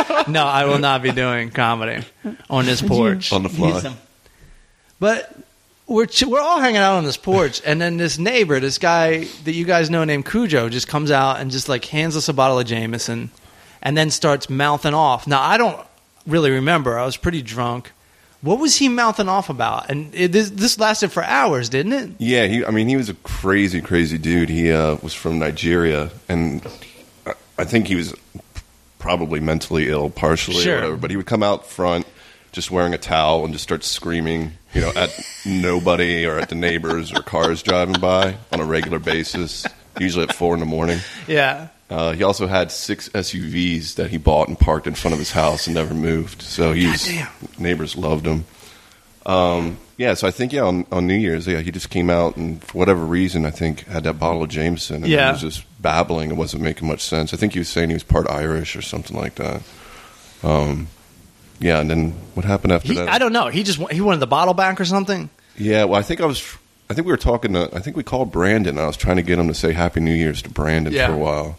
Speaker 1: like, no, I will not be doing comedy on this porch.
Speaker 2: On the fly.
Speaker 4: Some-
Speaker 1: But we're ch- we're all hanging out on this porch, and then this neighbor, this guy that you guys know named Cujo, just comes out and just like hands us a bottle of Jameson, and then starts mouthing off. Now I don't really remember; I was pretty drunk. What was he mouthing off about? And it, this, this lasted for hours, didn't it?
Speaker 2: Yeah, he, I mean, he was a crazy, crazy dude. He uh, was from Nigeria, and I- I think he was probably mentally ill, partially,
Speaker 1: Sure.
Speaker 2: or whatever. But he would come out front just wearing a towel and just start screaming, you know, at nobody or at the neighbors or cars driving by on a regular basis, usually at four in the morning.
Speaker 1: Yeah.
Speaker 2: Uh, he also had six SUVs that he bought and parked in front of his house and never moved. So he's
Speaker 1: Goddamn.
Speaker 2: neighbors loved him. Um, yeah, so I think yeah on, on New Year's yeah he just came out and for whatever reason I think had that bottle of Jameson and
Speaker 1: Yeah.
Speaker 2: he was just babbling and wasn't making much sense. I think he was saying he was part Irish or something like that. Um, yeah, and then what happened after
Speaker 1: He,
Speaker 2: that?
Speaker 1: I don't know. He just wa- he wanted the bottle back or something.
Speaker 2: Yeah, well, I think I was. I think we were talking to. I think we called Brandon. and I was trying to get him to say Happy New Year's to Brandon
Speaker 1: Yeah.
Speaker 2: for a while,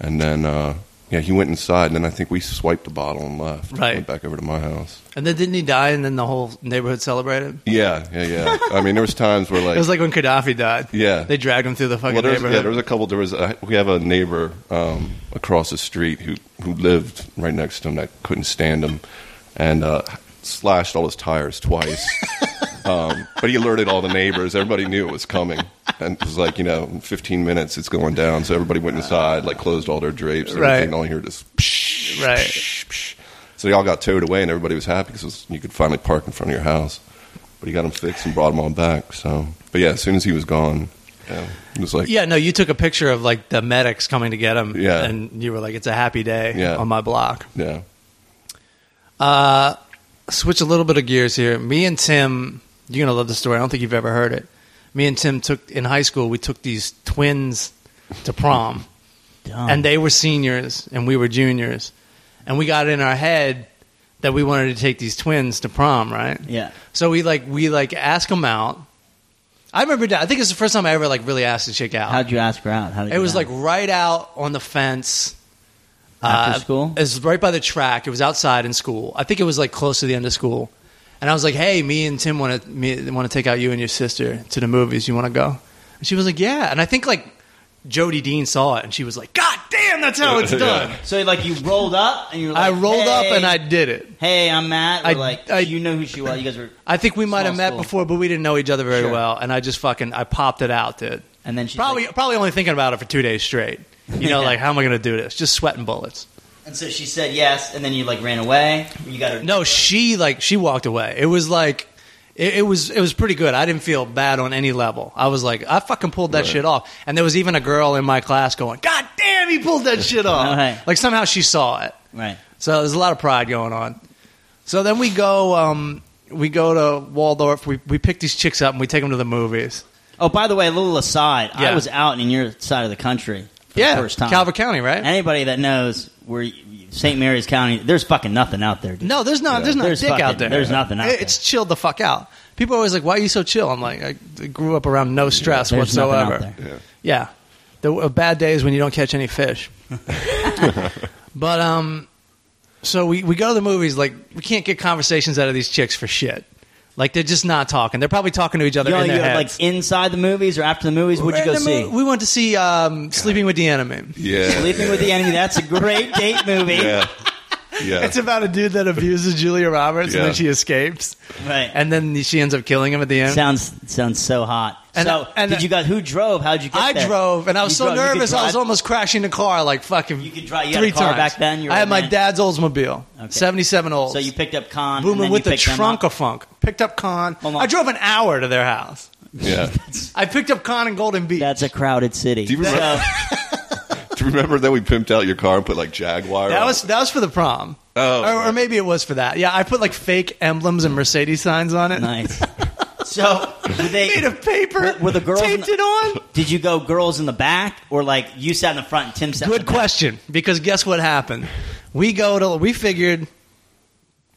Speaker 2: and then uh, yeah, he went inside, and then I think we swiped the bottle and left.
Speaker 1: Right.
Speaker 2: went back over to my house.
Speaker 1: And then didn't he die? And then the whole neighborhood celebrated.
Speaker 2: Yeah, yeah, yeah. I mean, there was times where like,
Speaker 1: [laughs] It was like when Gaddafi died.
Speaker 2: Yeah.
Speaker 1: They dragged him through the fucking
Speaker 2: well, there was, yeah,
Speaker 1: neighborhood.
Speaker 2: there was a couple. There was a, we have a neighbor um, across the street who who lived right next to him that couldn't stand him, and uh, slashed all his
Speaker 1: [laughs]
Speaker 2: tires twice. um, but he alerted all the neighbors. Everybody knew it was coming, and it was like you know, in 15 minutes it's going down. So everybody went inside, like closed all their drapes, and
Speaker 1: Right.
Speaker 2: everything. And all you heard is psh,
Speaker 1: Right.
Speaker 2: psh, psh. So they all got towed away, and everybody was happy because you could finally park in front of your house. But he got them fixed and brought them all back. So, but yeah, as soon as he was gone, yeah, it was like
Speaker 1: Yeah, no, you took a picture of like the medics coming to get him.
Speaker 2: Yeah.
Speaker 1: And you were like, it's a happy day
Speaker 2: Yeah.
Speaker 1: on my block. Uh,
Speaker 2: Yeah.
Speaker 1: Switch a little bit of gears here. Me and Tim, you're going to love the story. I don't think you've ever heard it. Me and Tim took, in high school, we took these twins to prom.
Speaker 4: Dumb.
Speaker 1: and they were seniors and we were juniors and we got in our head that we wanted to take these twins to prom right
Speaker 4: Yeah.
Speaker 1: so we like we like ask them out i remember that i think it's the first time i ever like really asked a chick out
Speaker 4: How'd you ask her out? How did
Speaker 1: it
Speaker 4: you
Speaker 1: was
Speaker 4: ask?
Speaker 1: like right out on the fence uh,
Speaker 4: After school?
Speaker 1: It was right by the track. It was outside in school. I think it was like close to the end of school. And I was like, "Hey, me and Tim want to want to take out you and your sister to the movies. You want to go?" And she was like, "Yeah." And I think like Jody Dean saw it, and she was like, "God damn, that's how it's
Speaker 2: Yeah.
Speaker 1: done."
Speaker 4: so like you rolled up and you're like
Speaker 1: I rolled up
Speaker 4: "Hey,
Speaker 1: and I did it.
Speaker 4: Hey, I'm Matt. We're
Speaker 1: I-
Speaker 4: like
Speaker 1: I-
Speaker 4: you know who she was. You guys were
Speaker 1: I think we might
Speaker 4: Small
Speaker 1: have met
Speaker 4: school.
Speaker 1: before, but we didn't know each other very
Speaker 4: Sure.
Speaker 1: well. And I just fucking I popped it out, dude.
Speaker 4: and then she's
Speaker 1: probably
Speaker 4: like-
Speaker 1: probably only thinking about it for two days straight.
Speaker 4: [laughs]
Speaker 1: You know,
Speaker 4: Yeah.
Speaker 1: like how am I going to do this? Just sweating bullets.
Speaker 4: and so she said yes and then you like ran away. You got her
Speaker 1: No, she like she walked away. It was like it, it was it was pretty good. I didn't feel bad on any level. I was like, I fucking pulled that
Speaker 2: Right.
Speaker 1: shit off. And there was even a girl in my class going, God damn, he pulled that shit off.
Speaker 4: [laughs] Right.
Speaker 1: Like somehow she saw it.
Speaker 4: right.
Speaker 1: So there's a lot of pride going on. So then we go um, we go to Waldorf. We we pick these chicks up and we take them to the movies.
Speaker 4: Oh, by the way, a little aside. I
Speaker 1: Yeah.
Speaker 4: was out in your side of the country for
Speaker 1: yeah,
Speaker 4: the first time.
Speaker 1: Calvert County, right?
Speaker 4: Anybody that knows where St. Mary's County, there's fucking nothing out there. Dude.
Speaker 1: no, there's not.
Speaker 2: Yeah.
Speaker 1: There's not
Speaker 4: There's
Speaker 1: a dick
Speaker 4: fucking-
Speaker 1: out there.
Speaker 4: there's nothing out
Speaker 1: It- It's chilled the fuck out. People are always like, "Why are you so chill?" I'm like, I grew up around no stress
Speaker 4: There's nothing out
Speaker 1: whatsoever.
Speaker 4: there.
Speaker 2: Yeah.
Speaker 1: Yeah. The a bad day is when you don't catch any fish. but um so we, we go to the movies, like we can't get conversations out of these chicks for shit. Like they're just not talking. They're probably talking to each other
Speaker 4: You
Speaker 1: in
Speaker 4: only
Speaker 1: their
Speaker 4: go like
Speaker 1: heads.
Speaker 4: inside the movies or after the movies. What'd you
Speaker 1: We're
Speaker 4: go
Speaker 1: in the
Speaker 4: see?
Speaker 1: mo- we went to see um, Sleeping with the Enemy.
Speaker 2: Yeah.
Speaker 4: Sleeping with the Enemy. That's
Speaker 1: [laughs]
Speaker 4: a great date movie.
Speaker 2: Yeah. Yeah.
Speaker 1: It's about a dude that abuses Julia Roberts and
Speaker 2: Yeah.
Speaker 1: then she escapes.
Speaker 4: Right.
Speaker 1: And then she ends up killing him at the end.
Speaker 4: sounds sounds so hot.
Speaker 1: And-
Speaker 4: so
Speaker 1: and-
Speaker 4: did you guys? Who drove? How'd you get
Speaker 1: I
Speaker 4: there?
Speaker 1: drove, and I was
Speaker 4: You
Speaker 1: so
Speaker 4: drove. You could
Speaker 1: nervous. I was
Speaker 4: drive?
Speaker 1: almost crashing the car, like fucking.
Speaker 4: You could drive- you had a
Speaker 1: three
Speaker 4: car
Speaker 1: times.
Speaker 4: back then? You were
Speaker 1: I
Speaker 4: a
Speaker 1: had my
Speaker 4: man?
Speaker 1: dad's Oldsmobile,
Speaker 4: Okay.
Speaker 1: seventy-seven Olds.
Speaker 4: So you picked up Con. and
Speaker 1: booming
Speaker 4: then
Speaker 1: with
Speaker 4: you
Speaker 1: the
Speaker 4: picked them
Speaker 1: trunk
Speaker 4: up.
Speaker 1: of funk. Picked up Con.
Speaker 4: Hold on.
Speaker 1: I drove an hour to their house. [laughs]
Speaker 2: yeah.
Speaker 1: I picked up Con and Golden Beach.
Speaker 4: That's a crowded city.
Speaker 2: Do you remember- Do you remember that we pimped out your car and put like Jaguar?
Speaker 1: that
Speaker 2: on
Speaker 1: was
Speaker 2: it?
Speaker 1: that was for the prom.
Speaker 2: Oh,
Speaker 1: or, or
Speaker 2: right.
Speaker 1: maybe it was for that. Yeah, I put like fake emblems and Mercedes signs on it.
Speaker 4: So, [laughs]
Speaker 1: [laughs]
Speaker 4: nice. So did they?
Speaker 1: Made of paper.
Speaker 4: Were- were the girls in
Speaker 1: taped
Speaker 4: the-
Speaker 1: it on?
Speaker 4: Did you go girls in the back or like you sat in the front and Tim sat? in
Speaker 1: Good
Speaker 4: the back?
Speaker 1: question. Because guess what happened? We go to we figured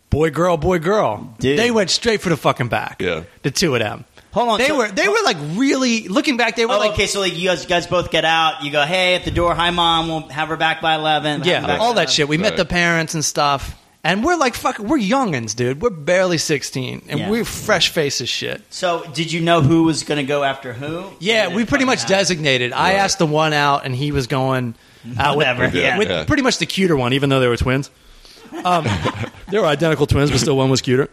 Speaker 1: boy girl boy girl.
Speaker 4: Dude.
Speaker 1: They went straight for the fucking back.
Speaker 2: Yeah.
Speaker 1: the two of them.
Speaker 4: Hold on,
Speaker 1: They
Speaker 4: so-
Speaker 1: were they were like really looking back. They were
Speaker 4: Oh,
Speaker 1: like
Speaker 4: okay. So like you guys, you guys both get out. You go, hey, at the door. Hi, mom. We'll have her back by eleven. have her
Speaker 1: yeah,
Speaker 4: back
Speaker 1: all
Speaker 4: by
Speaker 1: that shit. We met
Speaker 2: Right.
Speaker 1: the parents and stuff. And we're like fuck, we're youngins, dude. We're barely sixteen, and
Speaker 4: Yeah.
Speaker 1: we're fresh faced as shit.
Speaker 4: So, did you know who was going to go after who?
Speaker 1: Yeah, we pretty much designated. I asked the one out, and he was going out with-
Speaker 4: Whatever,
Speaker 1: with,
Speaker 4: yeah.
Speaker 2: Yeah.
Speaker 1: pretty much the cuter one, even though they were twins.
Speaker 2: [laughs]
Speaker 1: Um, they were identical twins, but still one was cuter.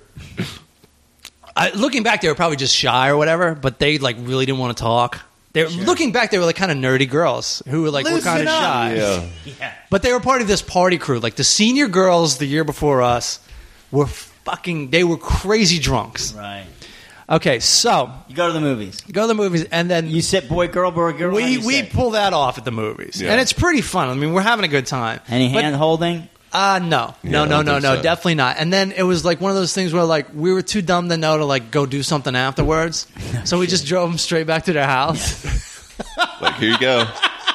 Speaker 1: I, looking back, they were probably just shy or whatever, but they like really didn't want to talk. They were, Looking back, they were like kind of nerdy girls who were like were
Speaker 4: Loosen
Speaker 1: kind of
Speaker 4: up.
Speaker 1: shy.
Speaker 2: Yeah.
Speaker 4: [laughs] Yeah.
Speaker 1: But they were part of this party crew. Like the senior girls the year before us were fucking. They were crazy drunks.
Speaker 4: Right.
Speaker 1: Okay, so
Speaker 4: You go to the movies.
Speaker 1: go to the movies, and then
Speaker 4: You sit boy, girl, boy, girl. how do
Speaker 1: we
Speaker 4: you
Speaker 1: we
Speaker 4: sit?
Speaker 1: pull that off at the movies,
Speaker 2: Yeah.
Speaker 1: and it's pretty fun. I mean, we're having a good time.
Speaker 4: Any
Speaker 1: But,
Speaker 4: hand holding?
Speaker 1: Uh, no, no,
Speaker 2: Yeah, I
Speaker 1: no,
Speaker 2: don't
Speaker 1: no,
Speaker 2: think
Speaker 1: no,
Speaker 2: so.
Speaker 1: definitely not. And then it was like one of those things where like we were too dumb to know to like go do something
Speaker 4: [laughs]
Speaker 1: afterwards, so we just drove them straight back to their house.
Speaker 2: Like, here you go.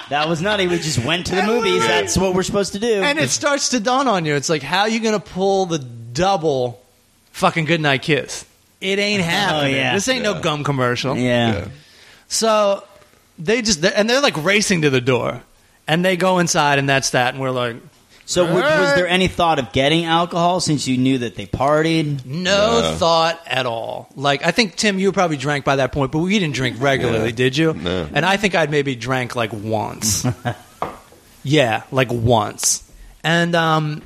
Speaker 4: That was nutty. We just
Speaker 1: [laughs]
Speaker 4: went to the
Speaker 1: And we-
Speaker 4: movies. That's what we're supposed to do.
Speaker 1: and it starts to dawn on you. It's like, how you gonna pull the double fucking goodnight kiss? It ain't happening.
Speaker 4: yeah.
Speaker 1: This ain't no
Speaker 2: Yeah.
Speaker 1: gum commercial.
Speaker 4: yeah.
Speaker 2: Yeah.
Speaker 1: So they just and they're like racing to the door, and they go inside, and that's that. And we're like,
Speaker 4: So, w- was
Speaker 1: Alright.
Speaker 4: there any thought of getting alcohol since you knew that they partied?
Speaker 1: No
Speaker 2: No.
Speaker 1: thought at all. Like I think Tim, you probably drank by that point, but we didn't drink regularly,
Speaker 2: Yeah.
Speaker 1: did you?
Speaker 2: No.
Speaker 1: And I think I'd maybe drank like once. [laughs] yeah, like once. And um,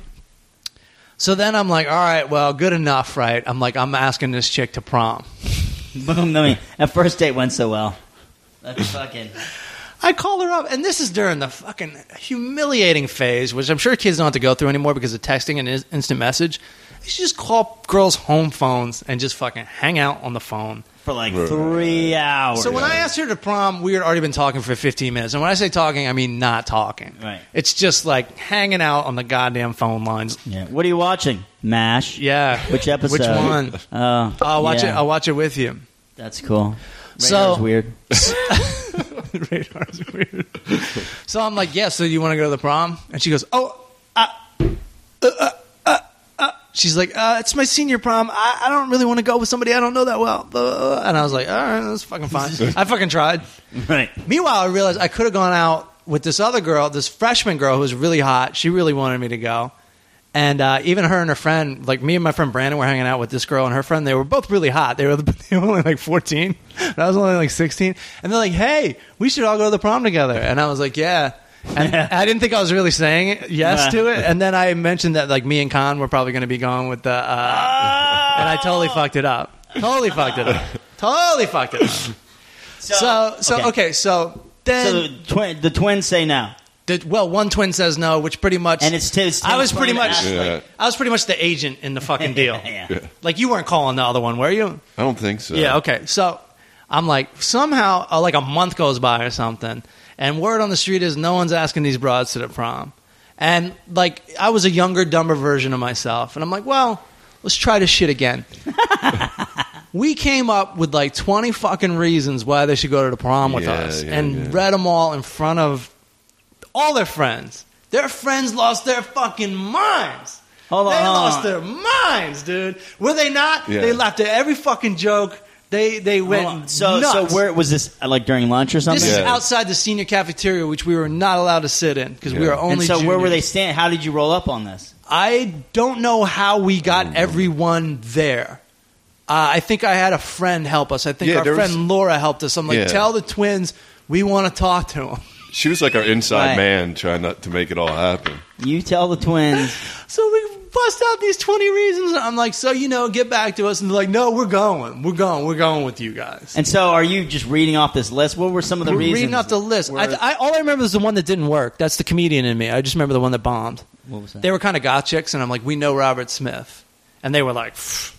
Speaker 1: so then I'm like, all right, well, good enough, right? I'm like, I'm asking this chick to prom.
Speaker 4: [laughs] Boom. I mean, that first date went so well. [laughs] That's fucking.
Speaker 1: I call her up, and this is during the fucking humiliating phase, which I'm sure kids don't have to go through anymore because of texting and in- instant message. You should just call girls' home phones and just fucking hang out on the phone.
Speaker 4: For like
Speaker 2: Right.
Speaker 4: three hours.
Speaker 1: So when I asked her to prom, we had already been talking for 15 minutes. And when I say talking, I mean not talking.
Speaker 4: Right.
Speaker 1: It's just like hanging out on the goddamn phone lines.
Speaker 4: Yeah. What are you watching? MASH.
Speaker 1: Yeah.
Speaker 4: Which episode?
Speaker 1: Which
Speaker 4: [laughs]
Speaker 1: one?
Speaker 4: Oh,
Speaker 1: I'll watch it.
Speaker 4: yeah.
Speaker 1: I'll watch it with you.
Speaker 4: That's cool.
Speaker 1: So-
Speaker 4: Radar's weird.
Speaker 1: Radar's weird. so I'm like, yeah. So you want to go to the prom? And she goes, oh, uh, uh, uh, uh. she's like, uh, it's my senior prom. I, I don't really want to go with somebody I don't know that well. Blah, blah, blah. And I was like, all right, that's fucking fine. I fucking tried.
Speaker 4: [laughs] Right.
Speaker 1: Meanwhile, I realized I could have gone out with this other girl, this freshman girl who was really hot. She really wanted me to go. And uh, even her and her friend, like me and my friend Brandon, were hanging out with this girl and her friend. They were both really hot. They were, [laughs] they were only like 14. And I was only like 16. And they're like, hey, we should all go to the prom together. And I was like, yeah. And I didn't think I was really saying it- yes to it. And then I mentioned that like me and Khan were probably going to be going with the.
Speaker 4: Oh!
Speaker 1: Uh, and I totally fucked it up. Totally fucked it up. Totally fucked it up. So so okay, so
Speaker 4: So
Speaker 1: then
Speaker 4: the, twin, the twins say no.
Speaker 1: the, well one twin says no, which pretty much
Speaker 4: And it's, t- it's
Speaker 1: I was
Speaker 4: Tim's
Speaker 1: pretty
Speaker 4: playing
Speaker 1: much
Speaker 4: Ashley.
Speaker 2: Yeah.
Speaker 1: I was pretty much the agent in the fucking deal.
Speaker 4: [laughs] Yeah.
Speaker 2: Yeah.
Speaker 1: Like you weren't calling the other one, were you?
Speaker 2: I don't think so.
Speaker 1: Yeah, okay. So I'm like somehow uh, like a month goes by or something, and word on the street is no one's asking these broads to the prom. And like I was a younger, dumber version of myself, and I'm like, well, let's try this shit again.
Speaker 2: [laughs]
Speaker 1: we came up with like 20 fucking reasons why they should go to the prom with
Speaker 2: Yeah,
Speaker 1: us,
Speaker 2: yeah,
Speaker 1: and
Speaker 2: yeah.
Speaker 1: read them all in front of all their friends. Their friends lost their fucking minds.
Speaker 4: Hold on,
Speaker 1: they
Speaker 4: hold
Speaker 1: lost
Speaker 4: on.
Speaker 1: their minds, dude. Were they not?
Speaker 2: Uh-huh. Yeah.
Speaker 1: They laughed at every fucking joke. They they
Speaker 4: Hold
Speaker 1: went
Speaker 4: on. So
Speaker 1: nuts.
Speaker 4: so where was this? uh, Like during lunch or something?
Speaker 1: this is
Speaker 2: Yeah.
Speaker 1: outside the senior cafeteria, which we were not allowed to sit in because we
Speaker 2: Yeah.
Speaker 1: were only.
Speaker 4: and so where were they
Speaker 1: juniors.
Speaker 4: standing? How did you roll up on this?
Speaker 1: I don't know how we got
Speaker 2: Mm-hmm.
Speaker 1: everyone there. Uh, I think I had a friend help us. I think
Speaker 2: Yeah,
Speaker 1: our
Speaker 2: there was-
Speaker 1: friend Laura helped us. I'm like,
Speaker 2: Yeah.
Speaker 1: tell the twins we want to talk to them.
Speaker 2: She was like our inside
Speaker 4: Right.
Speaker 2: man trying not to make it all happen.
Speaker 4: You tell the twins.
Speaker 1: [laughs] So we bust out these 20 reasons. I'm like, so, you know, get back to us. And they're like, no, we're going. We're going. We're going with you guys.
Speaker 4: And so are you just reading off this list? What were some of the
Speaker 1: We're
Speaker 4: reasons?
Speaker 1: reading off the list. I,
Speaker 4: were-
Speaker 1: I, all I remember is the one that didn't work. That's the comedian in me. I just remember the one that bombed.
Speaker 4: What was that?
Speaker 1: They were kind of goth chicks, and I'm like, we know Robert Smith, and they were like, "Pff,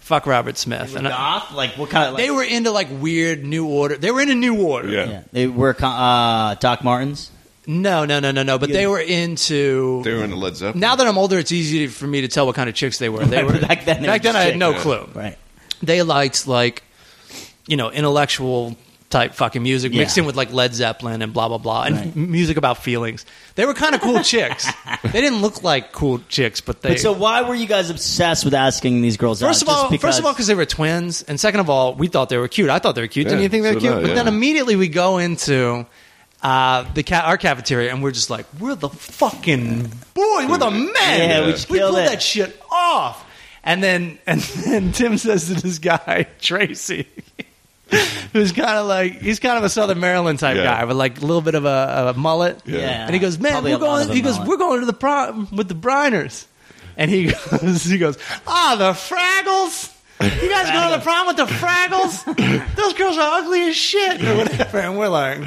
Speaker 1: fuck Robert Smith.
Speaker 4: They were
Speaker 1: and I-
Speaker 4: goth? Like what kind of? Like,
Speaker 1: they were into like weird new order. They were into new order.
Speaker 2: Yeah.
Speaker 4: Yeah. They were co- uh, Doc Martens.
Speaker 1: No, no, no, no, no. But they were into.
Speaker 2: They were in the Led Zeppelin.
Speaker 1: now that I'm older, it's easy for me to tell what kind of chicks they were. They were
Speaker 4: Right, but back then they
Speaker 1: Back then,
Speaker 4: were just
Speaker 1: I had
Speaker 4: chicks.
Speaker 1: no
Speaker 2: Yeah.
Speaker 1: clue.
Speaker 4: Right.
Speaker 1: they liked like you know intellectual type fucking music
Speaker 4: Yeah.
Speaker 1: mixed in with like led zeppelin and blah blah blah and
Speaker 4: Right.
Speaker 1: m- music about feelings they were kind of cool
Speaker 4: [laughs]
Speaker 1: chicks they didn't look like cool chicks but they
Speaker 4: But so why were you guys obsest with asking these girls out?
Speaker 1: First of
Speaker 4: Just
Speaker 1: all,
Speaker 4: because,
Speaker 1: first of all, because they were twins, and second of all, we thought they were cute. I thought they were cute. Didn't
Speaker 2: Yeah,
Speaker 1: you think they were
Speaker 2: so
Speaker 1: cute?
Speaker 2: did I,
Speaker 1: But then
Speaker 2: yeah.
Speaker 1: immediately we go into, uh, the ca- our cafeteria, and we're just like, we're the fucking boy, we're the men.
Speaker 4: Yeah, we just killed
Speaker 1: pulled
Speaker 4: it.
Speaker 1: that shit off. And then and then Tim says to this guy [laughs] Tracy, who's kind of like he's kind of a Southern Maryland type
Speaker 2: Yeah.
Speaker 1: guy, but like a little bit of a, a mullet.
Speaker 4: Yeah.
Speaker 1: And he goes, man,
Speaker 4: Probably
Speaker 1: we're
Speaker 4: a lot
Speaker 1: going.
Speaker 4: of a
Speaker 1: He goes,
Speaker 4: mullet. [laughs]
Speaker 1: we're going to the prom with the Briners. And he [laughs] goes, he goes, ah, the Fraggles. You guys go
Speaker 4: [laughs]
Speaker 1: to the prom with the Fraggles? Those girls are ugly as shit, or whatever. And we're like,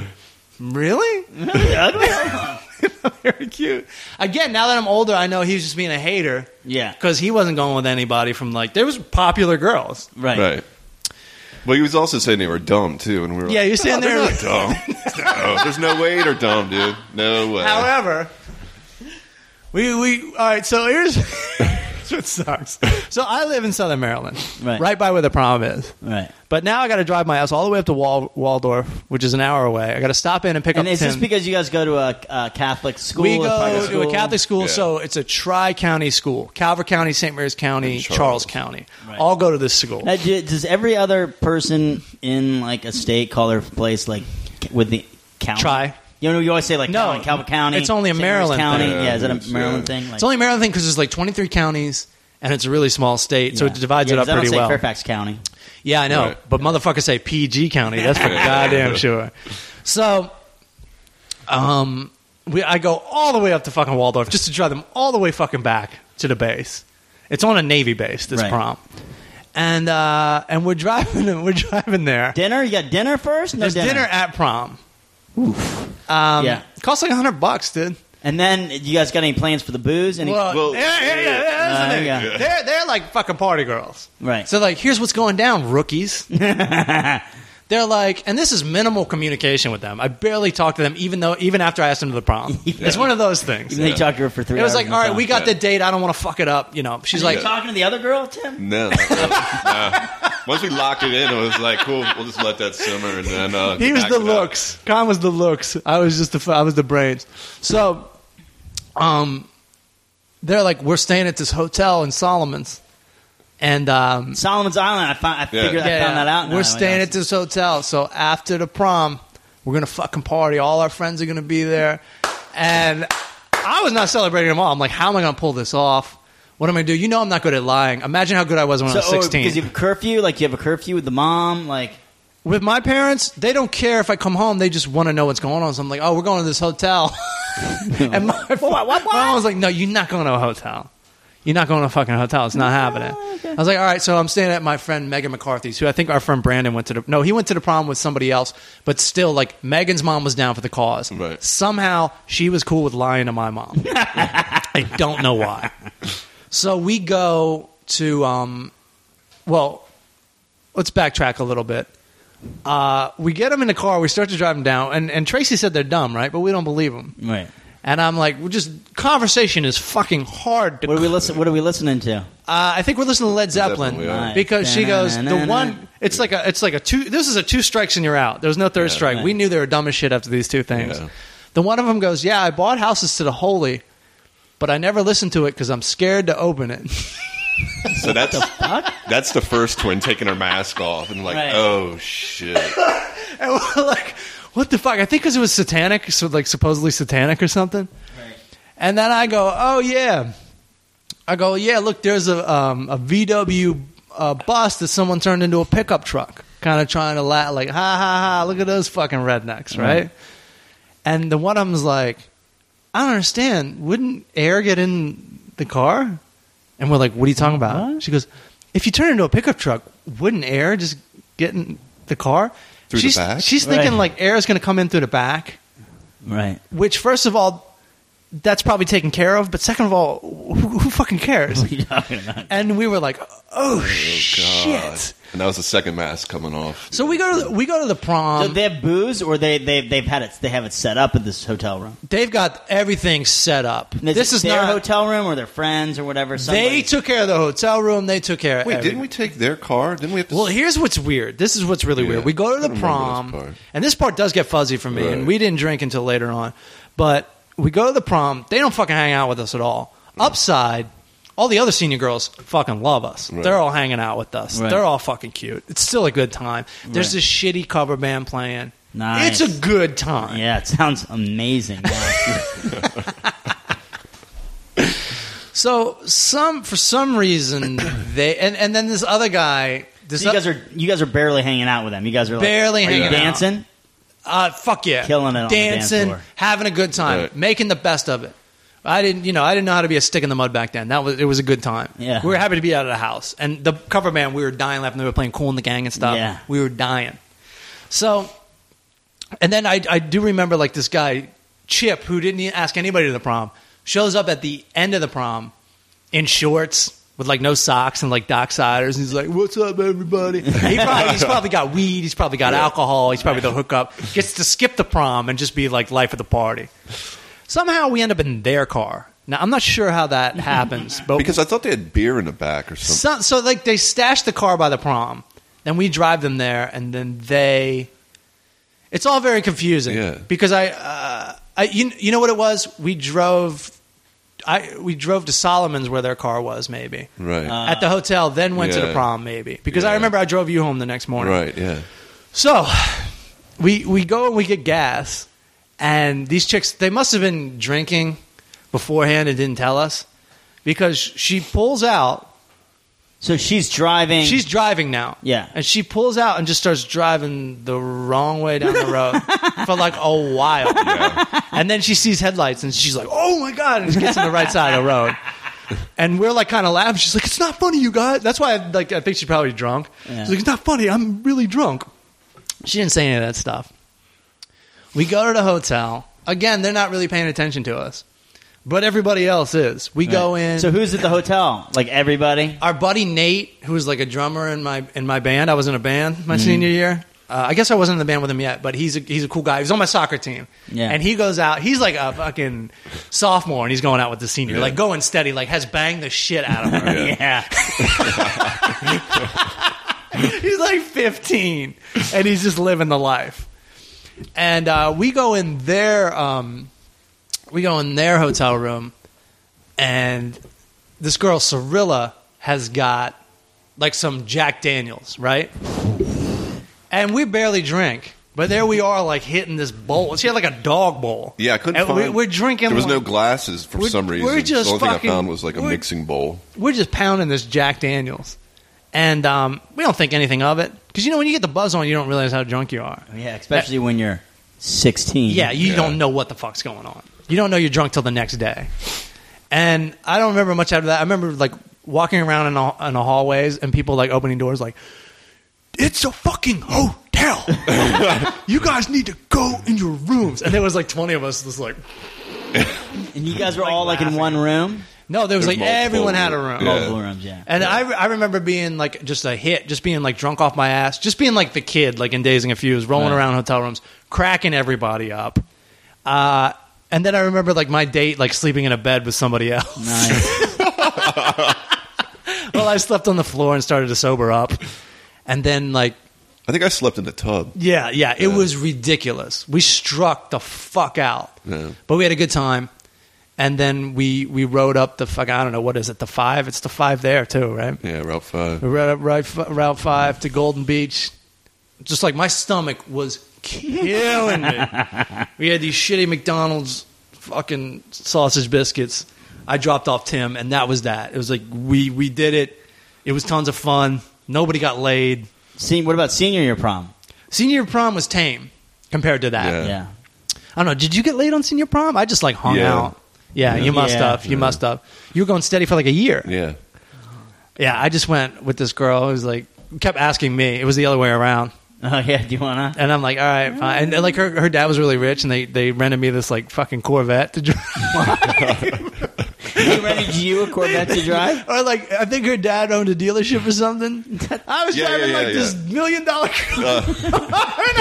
Speaker 1: really? [laughs] Very cute. Again, now that I'm older, I know he was just being a hater
Speaker 4: yeah,
Speaker 1: because he wasn't going with anybody from like there was popular girls.
Speaker 4: right.
Speaker 2: Right. But he was also saying they were dumb too, and we were
Speaker 1: Yeah,
Speaker 2: like,
Speaker 1: you're sitting there
Speaker 2: "They're
Speaker 1: like-
Speaker 2: not dumb. [laughs] no, there's no way they're dumb, dude. No way.
Speaker 1: However, we we all right. So here's, [laughs] here's what sucks. So I live in Southern Maryland,
Speaker 4: Right.
Speaker 1: by where the prom is.
Speaker 4: Right.
Speaker 1: But now I got to drive my ass all the way up to Wal- Waldorf, which is an hour away. I got to stop in and pick
Speaker 4: And
Speaker 1: up.
Speaker 4: is this
Speaker 1: Tim.
Speaker 4: because you guys go to a, a Catholic school?
Speaker 1: we
Speaker 4: or private
Speaker 1: go to a
Speaker 4: school?
Speaker 1: Catholic school,
Speaker 2: Yeah.
Speaker 1: so it's a tri-county school: Calvert County, St. Mary's County,
Speaker 2: And
Speaker 1: Charles.
Speaker 2: Charles.
Speaker 1: County.
Speaker 4: Right.
Speaker 1: All go to this school.
Speaker 4: Now, do- does every other person in like a state call their place like with the county?
Speaker 1: Try.
Speaker 4: You know, you always say like
Speaker 1: No,
Speaker 4: Calvin, Calvin County.
Speaker 1: it's only a
Speaker 4: St. Mary's
Speaker 1: Maryland
Speaker 4: County.
Speaker 1: thing.
Speaker 4: Yeah, is it a
Speaker 2: Yeah.
Speaker 4: Maryland thing? Like,
Speaker 1: it's only a Maryland thing because there's like 23 counties, and it's a really small state, so
Speaker 4: yeah.
Speaker 1: it divides
Speaker 4: Yeah,
Speaker 1: it
Speaker 4: 'cause
Speaker 1: up
Speaker 4: I don't
Speaker 1: pretty
Speaker 4: say
Speaker 1: well.
Speaker 4: Fairfax County.
Speaker 1: Yeah, I know.
Speaker 2: Right.
Speaker 1: But motherfuckers say PG County. That's for goddamn sure. So, um, we, I go all the way up to fucking Waldorf just to drive them all the way fucking back to the base. It's on a Navy base. This
Speaker 4: Right.
Speaker 1: prom, and uh, and we're driving. [laughs] We're driving there.
Speaker 4: Dinner? You got dinner first? No
Speaker 1: There's dinner. at prom. Um,
Speaker 4: Yeah.
Speaker 1: costs like hundred bucks, dude.
Speaker 4: And then you guys got any plans for the booze? Any,
Speaker 1: Well,
Speaker 2: Well,
Speaker 1: yeah, yeah, yeah, that's the
Speaker 4: uh,
Speaker 1: thing.
Speaker 4: yeah.
Speaker 1: They're they're like fucking party girls,
Speaker 4: Right.
Speaker 1: So like, here's what's going down,
Speaker 4: [laughs]
Speaker 1: rookies. they're like, and this is minimal communication with them. I barely talk to them, even though even after I asked them to the
Speaker 4: [laughs]
Speaker 1: prom. It's one of those things.
Speaker 4: Even though you talked to her for three.
Speaker 1: It was
Speaker 4: hours
Speaker 1: like,
Speaker 4: on
Speaker 1: all
Speaker 4: the
Speaker 1: right,
Speaker 4: phone.
Speaker 1: we got the date. I don't want to fuck it up. You know, she's
Speaker 4: Are you
Speaker 1: like,
Speaker 4: talking to the other girl, Tim?
Speaker 2: No. No. Once we locked it in, it was like, cool. We'll just let that simmer, and then uh,
Speaker 1: he was
Speaker 2: back
Speaker 1: the
Speaker 2: it up.
Speaker 1: looks. Khan was the looks. I was just the f- I was the brains. So, um, they're like, we're staying at this hotel in Solomon's, and um,
Speaker 4: Solomon's Island. I, found, I figured I found that out. now.
Speaker 1: We're staying at this hotel, so after the prom, we're gonna fucking party. All our friends are gonna be there, and I was not celebrating them all. I'm like, how am I gonna pull this off? What am I gonna do? You know, I'm not good at lying. Imagine how good I was when
Speaker 4: So,
Speaker 1: I was
Speaker 4: oh, because you
Speaker 1: 16.
Speaker 4: have a curfew, like you have a curfew with the mom, like
Speaker 1: With my parents, they don't care if I come home. They just want to know what's going on. So I'm like, oh, we're going to this
Speaker 4: [laughs]
Speaker 1: hotel. [laughs] and my, my mom was like, no, you're not going to a hotel. You're not going to a fucking hotel. It's not happening. I was like, all right, so I'm staying at my friend Megan McCarthy's, who I think our friend Brandon went to the no, he went to the prom with somebody else, but still, like Megan's mom was down for the cause.
Speaker 2: Right.
Speaker 1: Somehow she was cool with lying to my mom. I don't know why. So we go to um, well, let's backtrack a little bit. Uh, we get them in the car. We start to drive them down, and, and Tracy said they're dumb, right? But we don't believe them.
Speaker 4: right.
Speaker 1: And I'm like, we're just conversation is fucking hard. To,
Speaker 4: What
Speaker 1: uh,
Speaker 4: are we listen? What are we listening to?
Speaker 1: I think we're listening to Led Zeppelin
Speaker 2: Zeppelin, yeah.
Speaker 1: because she goes the
Speaker 4: Nice.
Speaker 1: one. It's like a it's like a two. This is a two strikes and you're out. There's no third strike. We knew they were dumb as shit after these two things.
Speaker 2: Yeah.
Speaker 1: The one of them goes, yeah, I bought houses to the holy, but I never listened to it because I'm scared to open it.
Speaker 2: So that's that's the first twin taking her mask off and like,
Speaker 4: Right.
Speaker 2: oh shit.
Speaker 1: And we're like, what the fuck? I think because it was satanic, so like supposedly satanic or something. And then I go, oh yeah, I go, yeah. Look, there's a um, a VW uh, bus that someone turned into a pickup truck, kind of trying to laugh, like ha ha ha. Look at those fucking rednecks, right? And the one of them's like, I don't understand. Wouldn't air get in the car? And we're like, what are you talking about? She goes, if you turn into a pickup truck, wouldn't air just get in the car?
Speaker 2: Through the
Speaker 1: she's,
Speaker 2: back?
Speaker 1: She's thinking
Speaker 4: Right.
Speaker 1: like air is going to come in through the back,
Speaker 4: Right.
Speaker 1: which first of all, that's probably taken care of. But second of all, who, who fucking cares?
Speaker 2: [laughs]
Speaker 4: What are you talking about?
Speaker 1: and we were like, oh,
Speaker 2: God.
Speaker 1: shit.
Speaker 2: And that was the second mask coming off.
Speaker 1: So we go to the, we go to the
Speaker 4: So
Speaker 1: prom.
Speaker 4: they have booze, or they they they've had it. They have it set up at this hotel room.
Speaker 1: They've got everything set up.
Speaker 4: And
Speaker 1: This
Speaker 4: it
Speaker 1: is
Speaker 4: their
Speaker 1: not
Speaker 4: hotel room or their friends or whatever.
Speaker 1: They
Speaker 4: Somebody-
Speaker 1: took care of the hotel room. They took care. of
Speaker 2: Wait,
Speaker 1: everything.
Speaker 2: didn't we take their car? Didn't we have to
Speaker 1: Well, here's what's weird. This is what's really
Speaker 2: Yeah,
Speaker 1: weird. We go
Speaker 2: I
Speaker 1: to the
Speaker 2: remember this part.
Speaker 1: prom, and this part does get fuzzy for me, and
Speaker 2: Right.
Speaker 1: we didn't drink until later on. But we go to the prom. They don't fucking hang out with us at all.
Speaker 2: Mm.
Speaker 1: Upside, all the other senior girls fucking love us.
Speaker 2: Right.
Speaker 1: They're all hanging out with us.
Speaker 4: Right.
Speaker 1: They're all fucking cute. It's still a good time. There's
Speaker 4: Right.
Speaker 1: this shitty cover band playing.
Speaker 4: Nice.
Speaker 1: It's a good time.
Speaker 4: yeah, it sounds
Speaker 1: [laughs]
Speaker 4: amazing. Yeah.
Speaker 1: So some for some reason [coughs] they and, and then this other guy this
Speaker 4: So you guys
Speaker 1: oth-
Speaker 4: are you guys are barely hanging out with them. You guys are like,
Speaker 1: Barely
Speaker 4: are you
Speaker 1: hanging out.
Speaker 4: dancing.
Speaker 1: uh, fuck yeah
Speaker 4: killing it on the dance
Speaker 1: dancing
Speaker 4: floor.
Speaker 1: having a good time
Speaker 2: Right.
Speaker 1: making the best of it. I didn't you know I didn't know how to be a stick in the mud back then that was it was a good time
Speaker 4: Yeah.
Speaker 1: we were happy to be out of the house and the cover band we were dying laughing they were playing Cool in the Gang and stuff
Speaker 4: Yeah.
Speaker 1: we were dying so and then I I do remember like this guy Chip who didn't even ask anybody to the prom shows up at the end of the prom in shorts with like no socks and like Doc Siders. And he's like, "What's up, everybody?" He probably, he's probably got weed. He's probably got alcohol. He's probably the hookup. Gets to skip the prom and just be like life of the party. Somehow we end up in their car. Now I'm not sure how that happens, but
Speaker 2: Because I thought they had beer in the back or something.
Speaker 1: so, so like they stash the car by the prom, then we drive them there, and then they. It's all very confusing
Speaker 2: Yeah.
Speaker 1: because I, uh, I you, you know what it was? We drove, I we drove to Solomon's where their car was maybe
Speaker 2: Right.
Speaker 1: at the hotel, then went to the
Speaker 2: Uh-huh. Yeah.
Speaker 1: prom maybe because I
Speaker 2: Yeah.
Speaker 1: remember I drove you home the next morning.
Speaker 2: right, yeah.
Speaker 1: So we we go and we get gas, and these chicks they must have been drinking beforehand and didn't tell us because she pulls out
Speaker 4: So she's driving.
Speaker 1: She's driving now.
Speaker 4: Yeah.
Speaker 1: And she pulls out and just starts driving the wrong way down the
Speaker 4: [laughs]
Speaker 1: road for like a while. And then she sees headlights and she's like, oh my God. And she gets on the right side of the road. And we're like kind of laughing. She's like, it's not funny, you guys. That's why I, like, I think she's probably drunk.
Speaker 4: Yeah.
Speaker 1: She's like, it's not funny. I'm really drunk. She didn't say any of that stuff. We go to the hotel. Again, they're not really paying attention to us, but everybody else is. We go in
Speaker 4: So who's at the hotel? Like everybody.
Speaker 1: our buddy Nate, who was like a drummer in my in my band. I was in a band
Speaker 4: Mm-hmm.
Speaker 1: my senior year. Uh, I guess I wasn't in the band with him yet, but he's a, he's a cool guy. He was on my soccer team,
Speaker 4: Yeah.
Speaker 1: and he goes out. He's like a fucking sophomore, and he's going out with the senior, like going steady, like has banged the shit out of her.
Speaker 4: [laughs] Yeah.
Speaker 1: [laughs] he's like 15 and he's just living the life and uh, we go in their um, we go in their hotel room and this girl Cirilla has got like some Jack Daniels right and we barely drink but there we are like hitting this bowl she had like a dog bowl
Speaker 2: Yeah, I couldn't
Speaker 1: and
Speaker 2: find.
Speaker 1: We're, we're drinking
Speaker 2: There was
Speaker 1: like-
Speaker 2: no glasses for
Speaker 1: We're-
Speaker 2: some reason.
Speaker 1: we're just
Speaker 2: the only
Speaker 1: fucking-
Speaker 2: thing I found was like a
Speaker 1: we're-
Speaker 2: mixing bowl.
Speaker 1: we're just pounding this Jack Daniels, and um, we don't think anything of it because you know when you get the buzz on, you don't realize how drunk you are.
Speaker 4: Oh, yeah. Especially when you're 16.
Speaker 1: Yeah, you
Speaker 2: Yeah.
Speaker 1: don't know what the fuck's going on. You don't know you're drunk till the next day. And I don't remember much after that. I remember like walking around in the, in the hallways and people like opening doors like, "It's a fucking
Speaker 2: [laughs]
Speaker 1: hotel. you guys need to go in your rooms." And there was like twenty of us just like.
Speaker 4: And you guys were all like in one room.
Speaker 1: No, there was
Speaker 2: There's
Speaker 1: like everyone had a
Speaker 2: multiple-
Speaker 1: room.
Speaker 2: Yeah.
Speaker 4: Multiple rooms. Yeah.
Speaker 1: And I, I remember being like just a hit, just being like drunk off my ass, just being like the kid, like in Days and Confused, rolling
Speaker 4: Right.
Speaker 1: around hotel rooms, cracking everybody up. Uh, and then I remember like my date, like sleeping in a bed with somebody [laughs] else.
Speaker 4: [laughs] nice.
Speaker 1: well, I slept on the floor and started to sober up. And then like,
Speaker 2: I think I slept in the tub.
Speaker 1: yeah, yeah, it was ridiculous. We struck the fuck out,
Speaker 2: Yeah.
Speaker 1: but we had a good time. And then we we rode up the fuck I don't know what is it the five? It's the five there too, right?
Speaker 2: Yeah, Route Five.
Speaker 1: We rode up right, Route 5 to Golden Beach. Just like my stomach was killing
Speaker 2: [laughs]
Speaker 1: me. we had these shitty McDonald's fucking sausage biscuits. I dropped off Tim, and that was that. It was like, we, we did it. It was tons of fun. Nobody got laid.
Speaker 4: See, what about senior year prom?
Speaker 1: Senior prom was tame compared to that.
Speaker 2: Yeah.
Speaker 4: Yeah.
Speaker 1: I don't know. Did you get laid on senior prom? I just like hung
Speaker 2: Yeah.
Speaker 1: out. Yeah, you must
Speaker 4: Yeah.
Speaker 1: have. You must have. You were going steady for like a year.
Speaker 2: Yeah,
Speaker 1: Yeah, I just went with this girl who's like, kept asking me. It was the other way around.
Speaker 4: Oh yeah. Do you wanna?
Speaker 1: And I'm like, all right, fine. And, and, like her, her dad was really rich, and they, they rented me this like fucking Corvette to drive.
Speaker 4: He rented you a Corvette to drive.
Speaker 1: [laughs] or like, I think her dad owned a dealership or something. I was
Speaker 2: Yeah,
Speaker 1: driving
Speaker 2: yeah, yeah,
Speaker 1: like this
Speaker 2: yeah.
Speaker 1: million dollar car, [laughs]
Speaker 2: Uh.
Speaker 1: and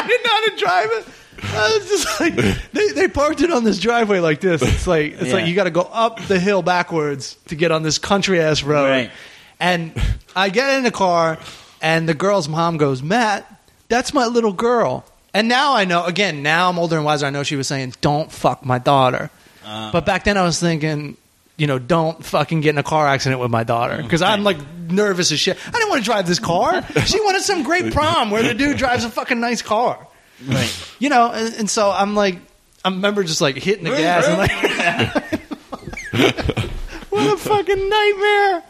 Speaker 1: I didn't know how to drive it. I was just like,
Speaker 2: [laughs]
Speaker 1: they, they parked it on this driveway like this. It's like it's
Speaker 4: Yeah.
Speaker 1: like you got to go up the hill backwards to get on this country ass road.
Speaker 4: Right.
Speaker 1: And I get in the car, and the girl's mom goes, Matt, that's my little girl. And now I know, again, now I'm older and wiser. I know she was saying, don't fuck my daughter.
Speaker 4: Uh-huh.
Speaker 1: but back then I was thinking, you know, don't fucking get in a car accident with my daughter. Because I'm like
Speaker 4: [laughs]
Speaker 1: nervous as shit. I didn't want to drive this car. she wanted some great prom where the dude drives a fucking nice car.
Speaker 4: Right.
Speaker 1: you know, and, and so I'm like, I remember just like hitting the gas and like, what a fucking nightmare.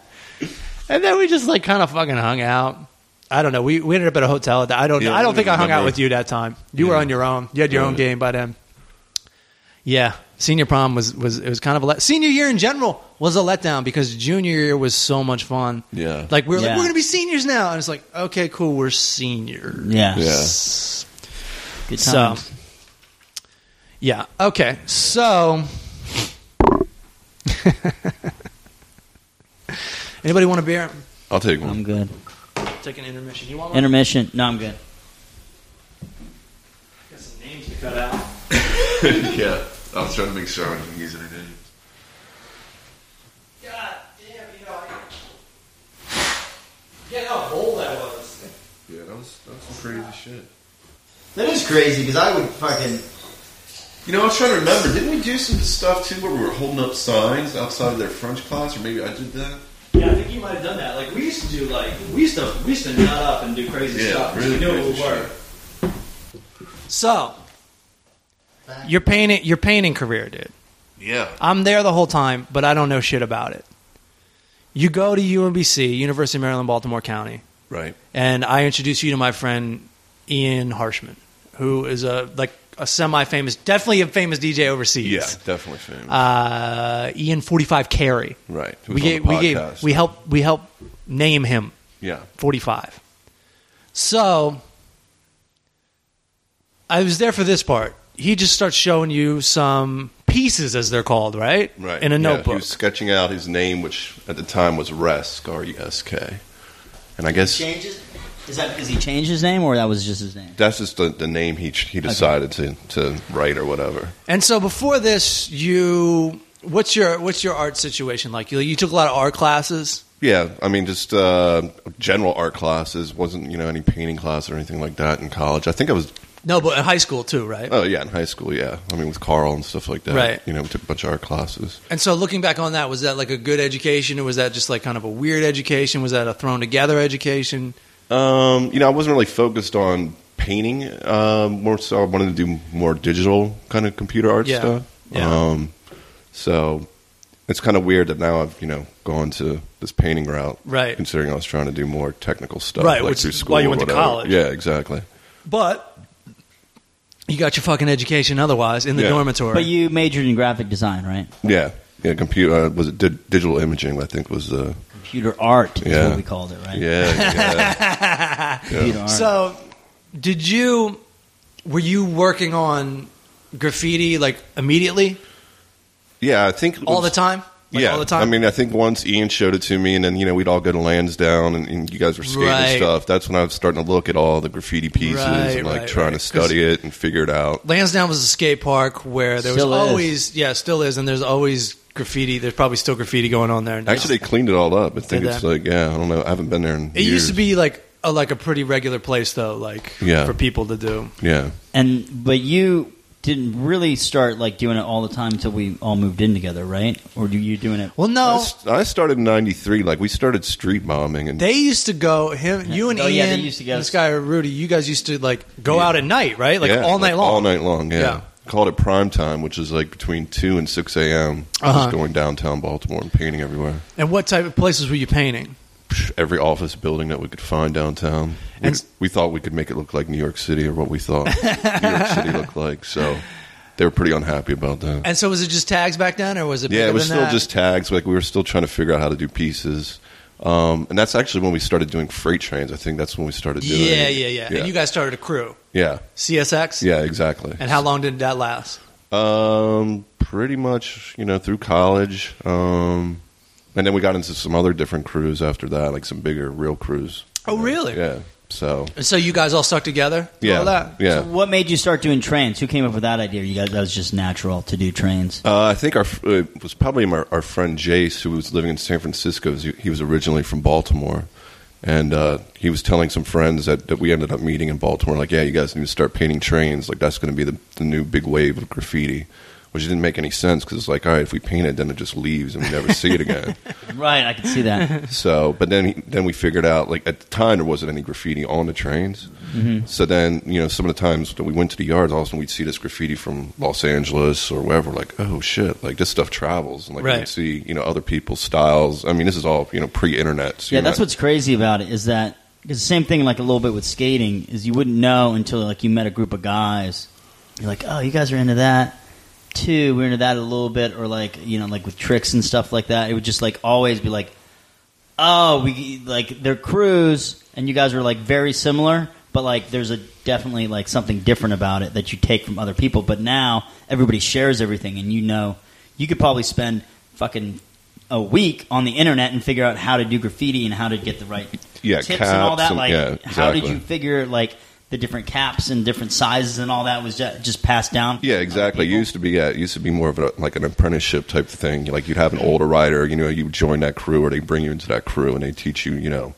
Speaker 1: And then we just like kind of fucking hung out. I don't know. We, we ended up at a hotel. At the, I don't.
Speaker 2: Yeah,
Speaker 1: I don't
Speaker 2: I
Speaker 1: think I hung out
Speaker 2: remember.
Speaker 1: with you that time. You were
Speaker 2: Yeah.
Speaker 1: on your own. You had your own
Speaker 2: Yeah.
Speaker 1: game by then. Yeah, senior prom was was it was kind of a let. Senior year in general was a letdown because junior year was so much fun.
Speaker 2: Yeah.
Speaker 1: like we were
Speaker 4: Yeah.
Speaker 1: like we're gonna be seniors now, and it's like okay, cool, we're seniors.
Speaker 4: Yeah.
Speaker 2: Yeah.
Speaker 4: Good
Speaker 1: So,
Speaker 4: times.
Speaker 1: yeah. Okay. So, anybody want a beer?
Speaker 2: I'll take one.
Speaker 4: I'm good.
Speaker 1: Take an intermission. You want one?
Speaker 4: Intermission. No, I'm good.
Speaker 1: Got some names to cut out.
Speaker 2: yeah, I was trying to make sure I wasn't using her name.
Speaker 1: God damn, you know. I- Yeah, how bold that was.
Speaker 2: Yeah, that was that was some crazy shit.
Speaker 5: That is crazy because I would fucking.
Speaker 2: You know, I was trying to remember. Didn't we do some stuff too, where we were holding up signs outside of their French class, or maybe I did that?
Speaker 1: Yeah, I think you might have done that. Like we used to do, like we used to we used to nut up and do crazy
Speaker 2: Yeah,
Speaker 1: stuff.
Speaker 2: really
Speaker 1: we knew it
Speaker 2: crazy
Speaker 1: would work. So, your painting your painting career, dude.
Speaker 2: Yeah,
Speaker 1: I'm there the whole time, but I don't know shit about it. You go to UMBC, University of Maryland, Baltimore County,
Speaker 2: right.
Speaker 1: and I introduce you to my friend Ian Harshman, who is a like a semi-famous, definitely a famous DJ overseas.
Speaker 2: Yeah, definitely famous.
Speaker 1: Uh, Ian 45 Carey.
Speaker 2: right.
Speaker 1: We
Speaker 2: Who was on
Speaker 1: gave,
Speaker 2: the
Speaker 1: we gave
Speaker 2: podcast.
Speaker 1: we helped we helped name him
Speaker 2: yeah.
Speaker 1: 45. So I was there for this part. He just starts showing you some pieces, as they're called, right?
Speaker 2: Right.
Speaker 1: In a
Speaker 2: yeah, He
Speaker 1: notebook.
Speaker 2: was sketching out his name, which at the time was Resk, R E S K. And I guess
Speaker 4: Changes. Is that because he changed his name, or that was just his name?
Speaker 2: that's just the, the name he, he decided to, to write or whatever.
Speaker 1: And so before this, you what's your what's your art situation like? You, you took a lot of art classes.
Speaker 2: Yeah, I mean, just uh, general art classes. Wasn't, you know, any painting class or anything like that in college. I think I was
Speaker 1: No, but in high school too, right?
Speaker 2: Oh yeah, in high school, yeah. I mean, with Carl and stuff like that.
Speaker 1: Right.
Speaker 2: You know, we took a bunch of art classes.
Speaker 1: And so looking back on that, was that like a good education, or was that just like kind of a weird education? Was that a thrown together education?
Speaker 2: Um, you know, I wasn't really focused on painting. Um, more so, I wanted to do more digital kind of computer art
Speaker 1: Yeah.
Speaker 2: stuff.
Speaker 1: Yeah.
Speaker 2: Um, so it's kind of weird that now I've you know gone to this painting route,
Speaker 1: Right.
Speaker 2: Considering I was trying to do more technical stuff,
Speaker 1: Right,
Speaker 2: like
Speaker 1: which
Speaker 2: through
Speaker 1: is
Speaker 2: school
Speaker 1: why you
Speaker 2: or
Speaker 1: went to
Speaker 2: whatever.
Speaker 1: college.
Speaker 2: Yeah, exactly.
Speaker 1: But you got your fucking education otherwise in the
Speaker 2: Yeah.
Speaker 1: dormitory.
Speaker 4: But you majored in graphic design, right?
Speaker 2: Yeah, yeah. Computer uh, was it di- digital imaging? I think was the
Speaker 4: Computer art is
Speaker 2: Yeah.
Speaker 4: what we called it, right?
Speaker 2: yeah.
Speaker 1: [laughs]
Speaker 2: yeah.
Speaker 4: Computer
Speaker 1: [laughs]
Speaker 4: art.
Speaker 1: So, did you were you working on graffiti like immediately
Speaker 2: Yeah, I think it
Speaker 1: all
Speaker 2: was-
Speaker 1: the time? Like, all the time.
Speaker 2: I mean, I think once Ian showed it to me, and then you know we'd all go to Lansdowne, and, and you guys were skating
Speaker 1: Right.
Speaker 2: and stuff. That's when I was starting to look at all the graffiti pieces
Speaker 1: Right,
Speaker 2: and like
Speaker 1: right,
Speaker 2: trying
Speaker 1: right.
Speaker 2: to study it and figure it out.
Speaker 1: Lansdowne was a skate park where there
Speaker 4: Still
Speaker 1: was
Speaker 4: is.
Speaker 1: always yeah, still is, and there's always graffiti. There's probably still graffiti going on there. now.
Speaker 2: Actually, they cleaned it all up. I think
Speaker 1: Did
Speaker 2: it's
Speaker 1: they?
Speaker 2: like yeah, I don't know. I haven't been there in.
Speaker 1: it used to be like a like a pretty regular place though, like
Speaker 2: Yeah.
Speaker 1: for people to do.
Speaker 2: yeah,
Speaker 4: and but you didn't really start like doing it all the time until we all moved in together, right? Or do you doing it?
Speaker 1: Well,
Speaker 2: I
Speaker 1: no,
Speaker 2: s- I started in '93. Like we started street bombing, and
Speaker 1: they used to go him, you and
Speaker 4: Oh, yeah,
Speaker 1: Ian,
Speaker 4: they used to go-
Speaker 1: this guy Rudy. You guys used to like go out at night, right? Like
Speaker 2: yeah,
Speaker 1: all night long.
Speaker 2: all night long. Yeah.
Speaker 1: Yeah.
Speaker 2: Called it prime time, which is like between two and six a.m.
Speaker 1: Uh-huh.
Speaker 2: Just going downtown Baltimore and painting everywhere,
Speaker 1: And what type of places were you painting?
Speaker 2: Psh, every office building that we could find downtown. We,
Speaker 1: And-
Speaker 2: we thought we could make it look like New York City or what we thought New
Speaker 1: [laughs]
Speaker 2: York City looked like. So they were pretty unhappy about that.
Speaker 1: And so was it just tags back then, or was it?
Speaker 2: yeah,
Speaker 1: bigger
Speaker 2: it was
Speaker 1: than
Speaker 2: still
Speaker 1: that?
Speaker 2: just tags. Like we were still trying to figure out how to do pieces. Um, and that's actually when we started doing freight trains. I think that's when we started doing.
Speaker 1: Yeah, yeah,
Speaker 2: it.
Speaker 1: yeah,
Speaker 2: Yeah,
Speaker 1: And you guys started a crew,
Speaker 2: yeah,
Speaker 1: CSX.
Speaker 2: yeah, exactly.
Speaker 1: And how long did that last?
Speaker 2: Um, pretty much, you know, through college. Um, and then we got into some other different crews after that, like some bigger real crews.
Speaker 1: Oh, really?
Speaker 2: Yeah. So
Speaker 1: And so you guys all stuck together. through
Speaker 2: yeah,
Speaker 1: All that?
Speaker 2: yeah.
Speaker 4: So what made you start doing trains? Who came up with that idea? You guys, that was just natural to do trains.
Speaker 2: Uh, I think our uh, it was probably my, our friend Jace, who was living in San Francisco. He, he was originally from Baltimore, and uh, he was telling some friends that, that we ended up meeting in Baltimore, like, yeah, you guys need to start painting trains. Like that's going to be the, the new big wave of graffiti. which didn't make any sense because it's like, all right, if we paint it, then it just leaves and we never see it again.
Speaker 4: Right, I can see [laughs] that.
Speaker 2: So, but then he- then we figured out like at the time there wasn't any graffiti on the trains.
Speaker 4: Mm-hmm.
Speaker 2: So then you know some of the times that we went to the yards, all of a sudden we'd see this graffiti from Los Angeles or wherever. Like oh shit, like this stuff travels, and like
Speaker 1: Right.
Speaker 2: we'd see you know other people's styles. I mean, this is all you know pre-internet. So
Speaker 4: yeah,
Speaker 2: you're
Speaker 4: that's
Speaker 2: not-
Speaker 4: what's crazy about it is that because the same thing like a little bit with skating is you wouldn't know until like you met a group of guys. You're like, oh, you guys are into that too. We're into that a little bit, or like you know, like with tricks and stuff like that. It would just like always be like, oh, we like their crews, and you guys were like very similar, but like there's a definitely like something different about it that you take from other people. But now everybody shares everything, and you know, you could probably spend fucking a week on the internet and figure out how to do graffiti and how to get the right
Speaker 2: yeah,
Speaker 4: tips
Speaker 2: caps
Speaker 4: and all that. like,
Speaker 2: yeah,
Speaker 4: how did
Speaker 2: exactly.
Speaker 4: you figure like the different caps and different sizes and all that was ju- just passed down?
Speaker 2: Yeah, exactly. It
Speaker 4: people.
Speaker 2: used to be yeah, it used to be more of a, like an apprenticeship type thing. Like you'd have an older rider, you know, you join that crew or they bring you into that crew and they teach you, you know,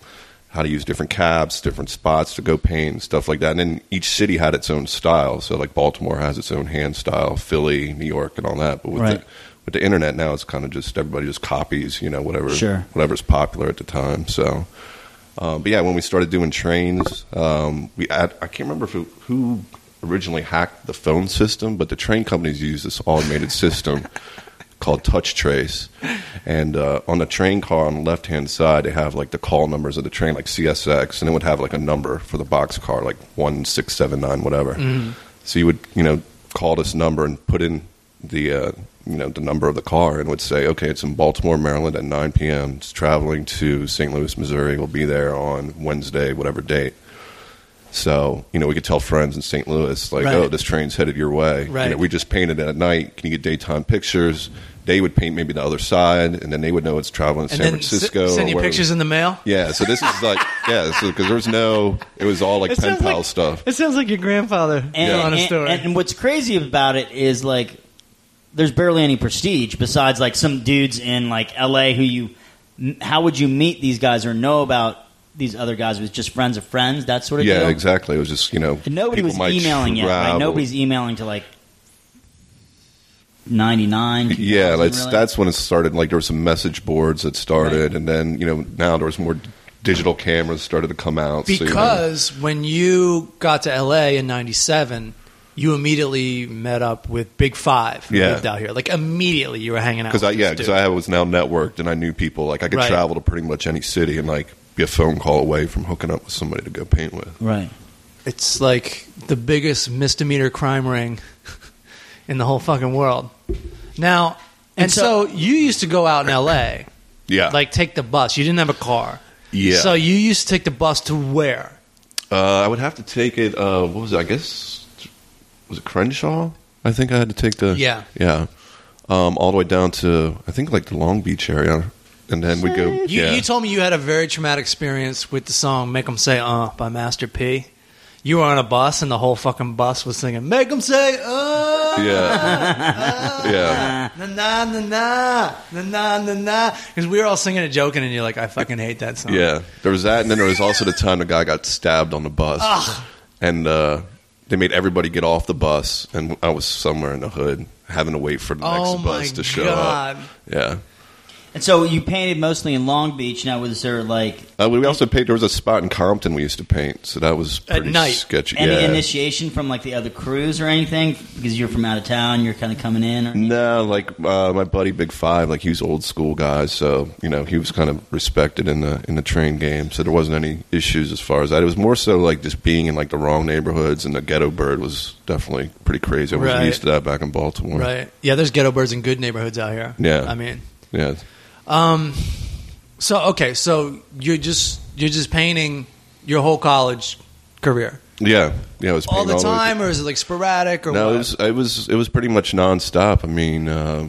Speaker 2: how to use different caps, different spots to go paint and stuff like that. And then each city had its own style. So like Baltimore has its own hand style, Philly, New York, and all that. But with
Speaker 4: Right.
Speaker 2: the, with the internet now, it's kind of just everybody just copies, you know, whatever
Speaker 4: Sure.
Speaker 2: whatever's popular at the time. So. Um, but yeah, when we started doing trains, um, we ad- I can't remember if it, who originally hacked the phone system, but the train companies use this automated system [laughs] called Touch Trace. And uh, on the train car on the left hand side, they have like the call numbers of the train, like CSX, and it would have like a number for the box car, like one six seven nine, whatever. So you would you know call this number and put in the uh, you know the number of the car and would say, okay, it's in Baltimore, Maryland at 9 p.m. It's traveling to St. Louis, Missouri. We'll be there on Wednesday, whatever date. So you know we could tell friends in St. Louis like,
Speaker 1: Right.
Speaker 2: oh, this train's headed your way. You know,
Speaker 1: Right.
Speaker 2: we just painted it at night. Can you get daytime pictures? They would paint maybe the other side, and then they would know it's traveling to
Speaker 1: and then
Speaker 2: San Francisco.
Speaker 1: s-
Speaker 2: or
Speaker 1: send you
Speaker 2: wherever.
Speaker 1: pictures in the mail.
Speaker 2: Yeah, so this
Speaker 1: [laughs]
Speaker 2: is like yeah, because there was no, it was all like
Speaker 1: It
Speaker 2: pen
Speaker 1: sounds
Speaker 2: pal
Speaker 1: like-
Speaker 2: stuff.
Speaker 1: It sounds like your grandfather
Speaker 4: And,
Speaker 1: telling a
Speaker 4: and-
Speaker 1: story.
Speaker 4: and what's crazy about it is like there's barely any prestige besides like some dudes in like LA who you m- how would you meet these guys or know about these other guys was just friends of friends that sort of
Speaker 2: Yeah,
Speaker 4: deal.
Speaker 2: exactly. It was just you know
Speaker 4: And nobody
Speaker 2: people
Speaker 4: was
Speaker 2: might
Speaker 4: emailing yet. Right?
Speaker 2: travel.
Speaker 4: Nobody's emailing to like ninety nine.
Speaker 2: Yeah, that's that's when it started. Like there were some message boards that started, and then you know now there was more digital cameras started to come out. so, you know,
Speaker 1: because when you got to LA in '97, you immediately met up with Big Five. who
Speaker 2: Yeah.
Speaker 1: lived out here, like immediately you were hanging out.
Speaker 2: because I
Speaker 1: with
Speaker 2: yeah
Speaker 1: this
Speaker 2: because
Speaker 1: dude.
Speaker 2: I was now networked and I knew people. Like I could
Speaker 1: Right.
Speaker 2: travel to pretty much any city and like be a phone call away from hooking up with somebody to go paint with.
Speaker 4: right.
Speaker 1: it's like the biggest misdemeanor crime ring [laughs] in the whole fucking world. Now, and,
Speaker 4: And
Speaker 1: so,
Speaker 4: so-
Speaker 1: you used to go out in LA,
Speaker 2: Yeah,
Speaker 1: like take the bus. You didn't have a car,
Speaker 2: yeah.
Speaker 1: so you used to take the bus to where?
Speaker 2: uh, I would have to take it. Uh, what was it? I guess was it Crenshaw? I think I had to take the
Speaker 1: Yeah.
Speaker 2: yeah um, all the way down to I think like the Long Beach area, and then we go
Speaker 1: You,
Speaker 2: yeah.
Speaker 1: you told me you had a very traumatic experience with the song "Make 'Em Say Uh" by Master P. You were on a bus, and the whole fucking bus was singing "Make 'Em Say Uh."
Speaker 2: yeah.
Speaker 1: [laughs]
Speaker 2: yeah.
Speaker 1: Na na na na na na na na. Because we were all singing and joking, and you're like, "I fucking hate that song."
Speaker 2: Yeah, there was that, and then there was also the time the guy got stabbed on the bus, and uh, they made everybody get off the bus, and I was somewhere in the hood having to wait for the next
Speaker 1: Oh my
Speaker 2: bus to show
Speaker 1: god!
Speaker 2: up. Yeah,
Speaker 4: And so you painted mostly in Long Beach. Now was there like
Speaker 2: uh, we also paint. There was a spot in Compton we used to paint, so that was
Speaker 1: At
Speaker 2: pretty
Speaker 1: night.
Speaker 2: sketchy.
Speaker 4: any
Speaker 2: yeah.
Speaker 4: initiation from like the other crews or anything? Because you're from out of town, you're kind of coming in. Or,
Speaker 2: no, like uh, my buddy Big Five, like he was old school guy, so you know he was kind of respected in the in the train game. So there wasn't any issues as far as that. It was more so like just being in like the wrong neighborhoods, and the ghetto bird was definitely pretty crazy. I was
Speaker 1: Right.
Speaker 2: used to that back in Baltimore.
Speaker 1: Right? Yeah, there's ghetto birds in good neighborhoods out here.
Speaker 2: Yeah.
Speaker 1: I mean,
Speaker 2: Yeah.
Speaker 1: um, so okay, so you're just you're just painting your whole college career
Speaker 2: Yeah. Yeah. It was
Speaker 1: all
Speaker 2: painting
Speaker 1: the
Speaker 2: way-
Speaker 1: time, or is it like sporadic? Or
Speaker 2: no,
Speaker 1: what?
Speaker 2: it was it was it was pretty much nonstop. I mean, uh,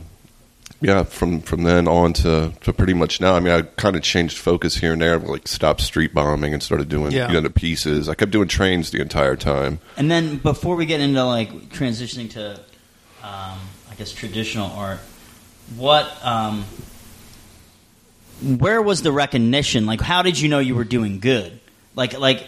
Speaker 2: yeah, from from then on to, to pretty much now. I mean, I kind of changed focus here and there, like stopped street bombing and started doing
Speaker 1: Yeah.
Speaker 2: you know the pieces. I kept doing trains the entire time.
Speaker 4: And then before we get into like transitioning to, um, I guess traditional art, what, um, where was the recognition? Like, how did you know you were doing good? Like, like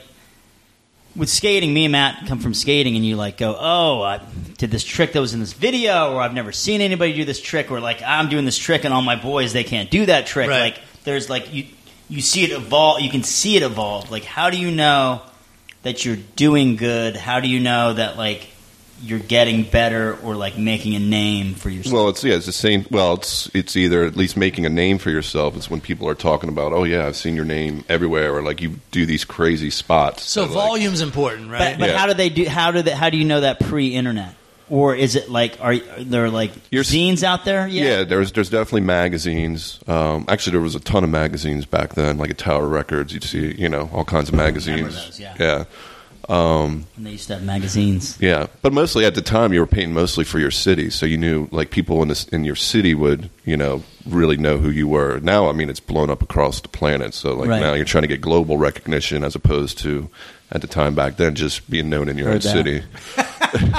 Speaker 4: with skating, me and Matt come from skating, and you like go, oh, I, did this trick that was in this video, or I've never seen anybody do this trick, or like I'm doing this trick and all my boys they can't do that trick.
Speaker 1: Right.
Speaker 4: Like there's like you you see it evolve, you can see it evolve. Like how do you know that you're doing good? How do you know that like you're getting better or like making a name for yourself?
Speaker 2: Well, it's yeah, it's the same. Well, it's it's either at least making a name for yourself. It's when people are talking about, oh yeah, I've seen your name everywhere, or like you do these crazy spots.
Speaker 1: So
Speaker 2: that, like-
Speaker 1: volume's important, right?
Speaker 4: But, but
Speaker 2: Yeah.
Speaker 4: how do they do? How do they, How do you know that pre-internet? Or is it like are, are there like
Speaker 2: You're s-
Speaker 4: zines out there?
Speaker 2: yeah.
Speaker 4: yet?
Speaker 2: there's there's definitely magazines. Um, actually, there was a ton of magazines back then, like at Tower Records. You'd see, you know, all kinds of magazines.
Speaker 4: those, yeah.
Speaker 2: yeah,
Speaker 4: And they used to have magazines.
Speaker 2: Yeah, but mostly at the time you were painting mostly for your city, so you knew like people in this in your city would you know really know who you were. Now, I mean, it's blown up across the planet, so like
Speaker 4: Right.
Speaker 2: now you're trying to get global recognition as opposed to at the time back then just being known in your
Speaker 4: Heard
Speaker 2: own
Speaker 4: that.
Speaker 2: city.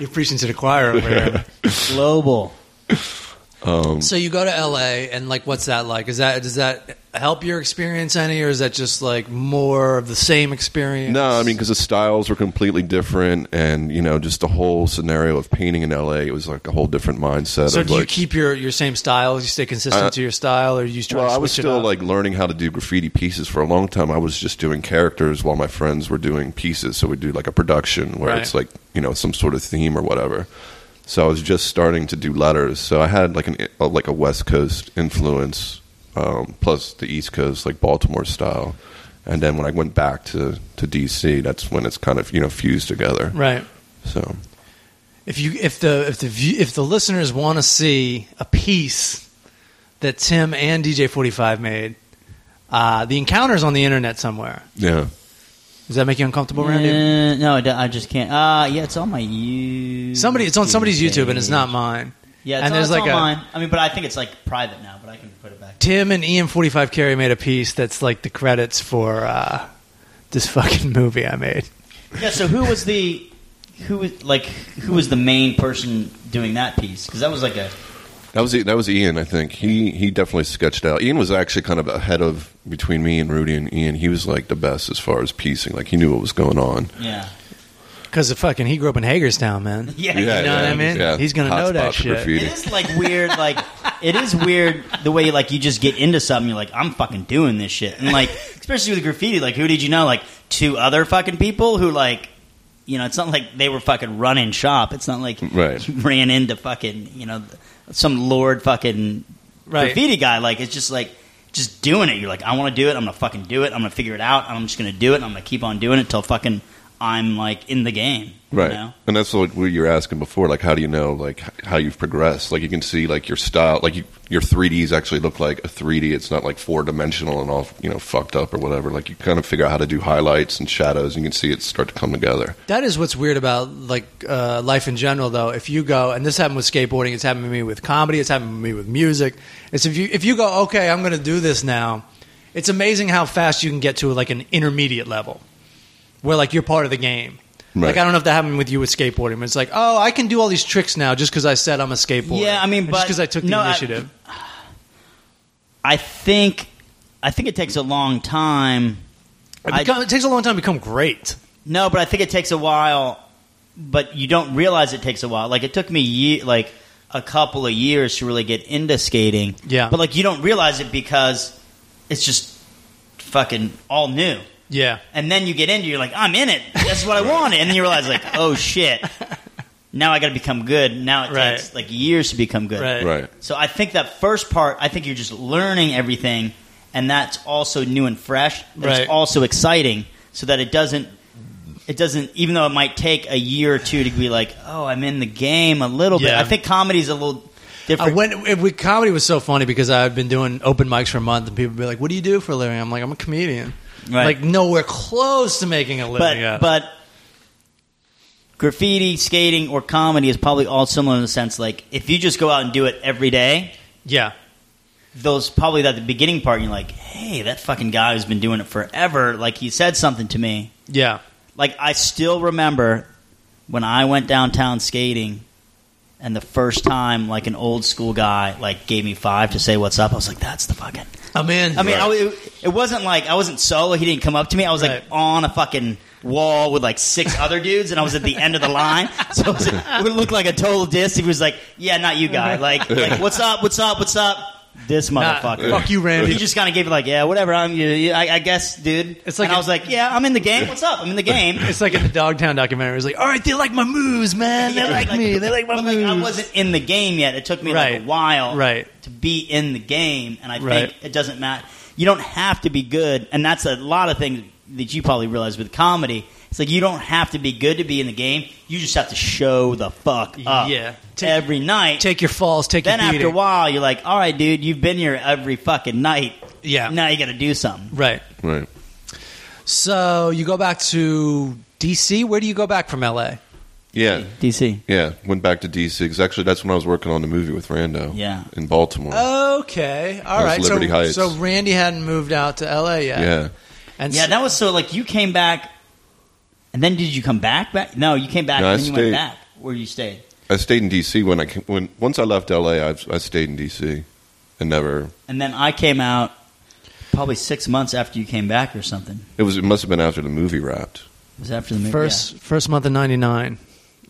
Speaker 1: You're preaching to the choir over [laughs] here.
Speaker 4: Global.
Speaker 1: so you go to LA, and like, what's that like? Is that does that help your experience any, or is that just like more of the same experience?
Speaker 2: No, I mean because the styles were completely different, and you know just the whole scenario of painting in LA, it was like a whole different mindset.
Speaker 1: so
Speaker 2: of,
Speaker 1: do you
Speaker 2: like-
Speaker 1: keep your your same styles? You stay consistent
Speaker 2: Uh,
Speaker 1: to your style, or you just try
Speaker 2: Well,
Speaker 1: to
Speaker 2: I was
Speaker 1: switch it
Speaker 2: still
Speaker 1: up?
Speaker 2: like learning how to do graffiti pieces for a long time. I was just doing characters while my friends were doing pieces. So we'd do like a production where
Speaker 1: Right.
Speaker 2: it's like, you know, some sort of theme or whatever. So I was just starting to do letters. So I had like an uh, like a West Coast influence um, plus the East Coast like Baltimore style. And then when I went back to to DC, that's when it's kind of, you know, fused together.
Speaker 1: right.
Speaker 2: So
Speaker 1: If you if the if the view, if the listeners want to see a piece that Tim and DJ Forty Five made, uh, the encounter's on the internet somewhere.
Speaker 2: yeah.
Speaker 1: Does that make you uncomfortable, Randy?
Speaker 4: Uh, no, I don't- I just can't. Uh, yeah, it's on my YouTube.
Speaker 1: Somebody, it's on somebody's YouTube, and it's not mine.
Speaker 4: Yeah, it's
Speaker 1: and
Speaker 4: on,
Speaker 1: there's
Speaker 4: it's
Speaker 1: like
Speaker 4: on
Speaker 1: a
Speaker 4: mine. I mean, but I think it's like private now. But I can put it back.
Speaker 1: Tim and Ian Forty Five Carey made a piece that's like the credits for uh, this fucking [laughs] movie I made.
Speaker 4: Yeah. So who was the who was like who was the main person doing that piece? Because that was like a
Speaker 2: That was E, that was Ian, I think. He he definitely sketched out. Ian was actually kind of ahead of between me and Rudy and Ian. He was like the best as far as piecing. Like he knew what was going
Speaker 1: [laughs]
Speaker 2: on.
Speaker 4: yeah
Speaker 1: Because fucking he grew up in Hagerstown, man.
Speaker 4: yeah.
Speaker 1: know what I mean? He's gonna know
Speaker 2: Hotspot
Speaker 1: that
Speaker 2: for
Speaker 1: shit.
Speaker 4: It
Speaker 2: graffiti.
Speaker 4: is like weird. Like it is weird the way like you just get into something. You're like I'm fucking doing this shit, and like especially with graffiti. Like who did you know? Like two other fucking people who like. You know, it's not like they were fucking running shop. It's not like
Speaker 2: Right.
Speaker 4: you [laughs] ran into fucking, you know, some lord fucking
Speaker 1: Right.
Speaker 4: graffiti guy. Like it's just like just doing it. You're like, I want to do it. I'm gonna fucking do it. I'm gonna figure it out. I'm just gonna do it. I'm gonna keep on doing it till fucking I'm like in the game. you
Speaker 2: Right.
Speaker 4: know?
Speaker 2: And that's what you were asking before. Like, how do you know, like, h- how you've progressed? Like, you can see, like, your style, like, you, your 3Ds actually look like a 3D. It's not, like, four dimensional and all, you know, fucked up or whatever. Like, you kind of figure out how to do highlights and shadows, and you can see it start to come together.
Speaker 1: That is what's weird about like uh, life in general, though. If you go, and this happened with skateboarding, it's happened to me with comedy, it's happened to me with music. It's if you if you go, okay, I'm going to do this now. It's amazing how fast you can get to like an intermediate level, where like you're part of the game.
Speaker 2: Right.
Speaker 1: Like I don't know if that happened with you with skateboarding. but It's like, oh, I can do all these tricks now just because I said I'm a skateboarder.
Speaker 4: Yeah, I mean,
Speaker 1: And
Speaker 4: but-
Speaker 1: just because I took the
Speaker 4: no, I-
Speaker 1: initiative.
Speaker 4: I think I think it takes a long time.
Speaker 1: It,
Speaker 4: I-
Speaker 1: become- it takes a long time to become great.
Speaker 4: No, but I think it takes a while. But you don't realize it takes a while. Like it took me ye- like a couple of years to really get into skating.
Speaker 1: Yeah.
Speaker 4: But like you don't realize it because it's just fucking all new.
Speaker 1: Yeah,
Speaker 4: And then you get into it, you're like, I'm in it. That's what I wanted. And then you realize like, oh shit. Now I got to become good. Now it
Speaker 1: Right.
Speaker 4: takes like years to become good.
Speaker 1: Right.
Speaker 2: Right.
Speaker 4: So I think that first part, I think you're just learning everything, and that's also new and fresh. That's
Speaker 1: Right.
Speaker 4: also exciting, so that it doesn't. It doesn't, even though it might take a year or two to be like, oh, I'm in the game a little
Speaker 1: Yeah.
Speaker 4: bit. I think comedy's a little different.
Speaker 1: I went it, with comedy was so funny because I've been doing open mics for a month and people be like, "What do you do for a living?" I'm like, "I'm a comedian."
Speaker 4: Right.
Speaker 1: Like nowhere close to making a
Speaker 4: but
Speaker 1: living. at it.
Speaker 4: but graffiti, skating, or comedy is probably all similar in the sense like if you just go out and do it every day,
Speaker 1: yeah,
Speaker 4: those probably that the beginning part, you're like, hey, that fucking guy who's been doing it forever, like he said something to me.
Speaker 1: yeah,
Speaker 4: like I still remember when I went downtown skating and the first time like an old school guy like gave me five to say what's up, I was like, That's the fucking
Speaker 1: I'm in.
Speaker 4: I mean,
Speaker 2: Right.
Speaker 4: I w it, it wasn't like I wasn't solo. He didn't come up to me. I was
Speaker 1: Right.
Speaker 4: like on a fucking wall with like six other dudes, and I was at the end of the line. So it, was, it would look like a total diss. He was like, "Yeah, not you guy. Like, like what's up? What's up? What's up? This
Speaker 1: Nah,
Speaker 4: motherfucker.
Speaker 1: fuck you, Randy.
Speaker 4: He just kind of gave it like, "Yeah, whatever. I'm you. you- I, I guess, dude."
Speaker 1: It's like
Speaker 4: and
Speaker 1: a-
Speaker 4: I was like, "Yeah, I'm in the game. What's up? I'm in the game."
Speaker 1: It's like in the Dogtown documentary. It's like, all right, they like my moves, man. They
Speaker 4: Yeah,
Speaker 1: like,
Speaker 4: like-
Speaker 1: me. They like my
Speaker 4: But, like,
Speaker 1: moves.
Speaker 4: I wasn't in the game yet. It took me like
Speaker 1: Right.
Speaker 4: a while
Speaker 1: Right.
Speaker 4: to be in the game, and I
Speaker 1: Right.
Speaker 4: think it doesn't matter. You don't have to be good, and that's a lot of things that you probably realize with comedy. It's like you don't have to be good to be in the game. You just have to show the fuck up
Speaker 1: Yeah. Take-
Speaker 4: every night.
Speaker 1: take your falls. Take
Speaker 4: then
Speaker 1: your
Speaker 4: after a
Speaker 1: beating.
Speaker 4: while, you're like, all right, dude, you've been here every fucking night.
Speaker 1: Yeah.
Speaker 4: Now you got to do something.
Speaker 1: Right.
Speaker 2: Right.
Speaker 1: So you go back to DC. Where do you go back from LA?
Speaker 2: Yeah.
Speaker 4: DC.
Speaker 2: Yeah. Went back to DC. 'cause actually, that's when I was working on the movie with Rando.
Speaker 4: Yeah.
Speaker 2: In Baltimore.
Speaker 1: Oh, Okay. All
Speaker 2: was
Speaker 1: right. So,
Speaker 2: Liberty Heights.
Speaker 1: so Randy hadn't moved out to LA yet.
Speaker 2: yeah.
Speaker 1: And
Speaker 4: Yeah,
Speaker 1: so-
Speaker 4: that was so like you came back, and then did you come back? Back? No, you came back
Speaker 2: No, I
Speaker 4: and then you
Speaker 2: stayed.
Speaker 4: went back where you stayed.
Speaker 2: I stayed in DC when I came, when once I left LA, I've, I stayed in DC and never.
Speaker 4: And then I came out probably six months after you came back or something.
Speaker 2: It was. It must have been after the movie wrapped.
Speaker 4: It was after the movie.
Speaker 1: first first month of '99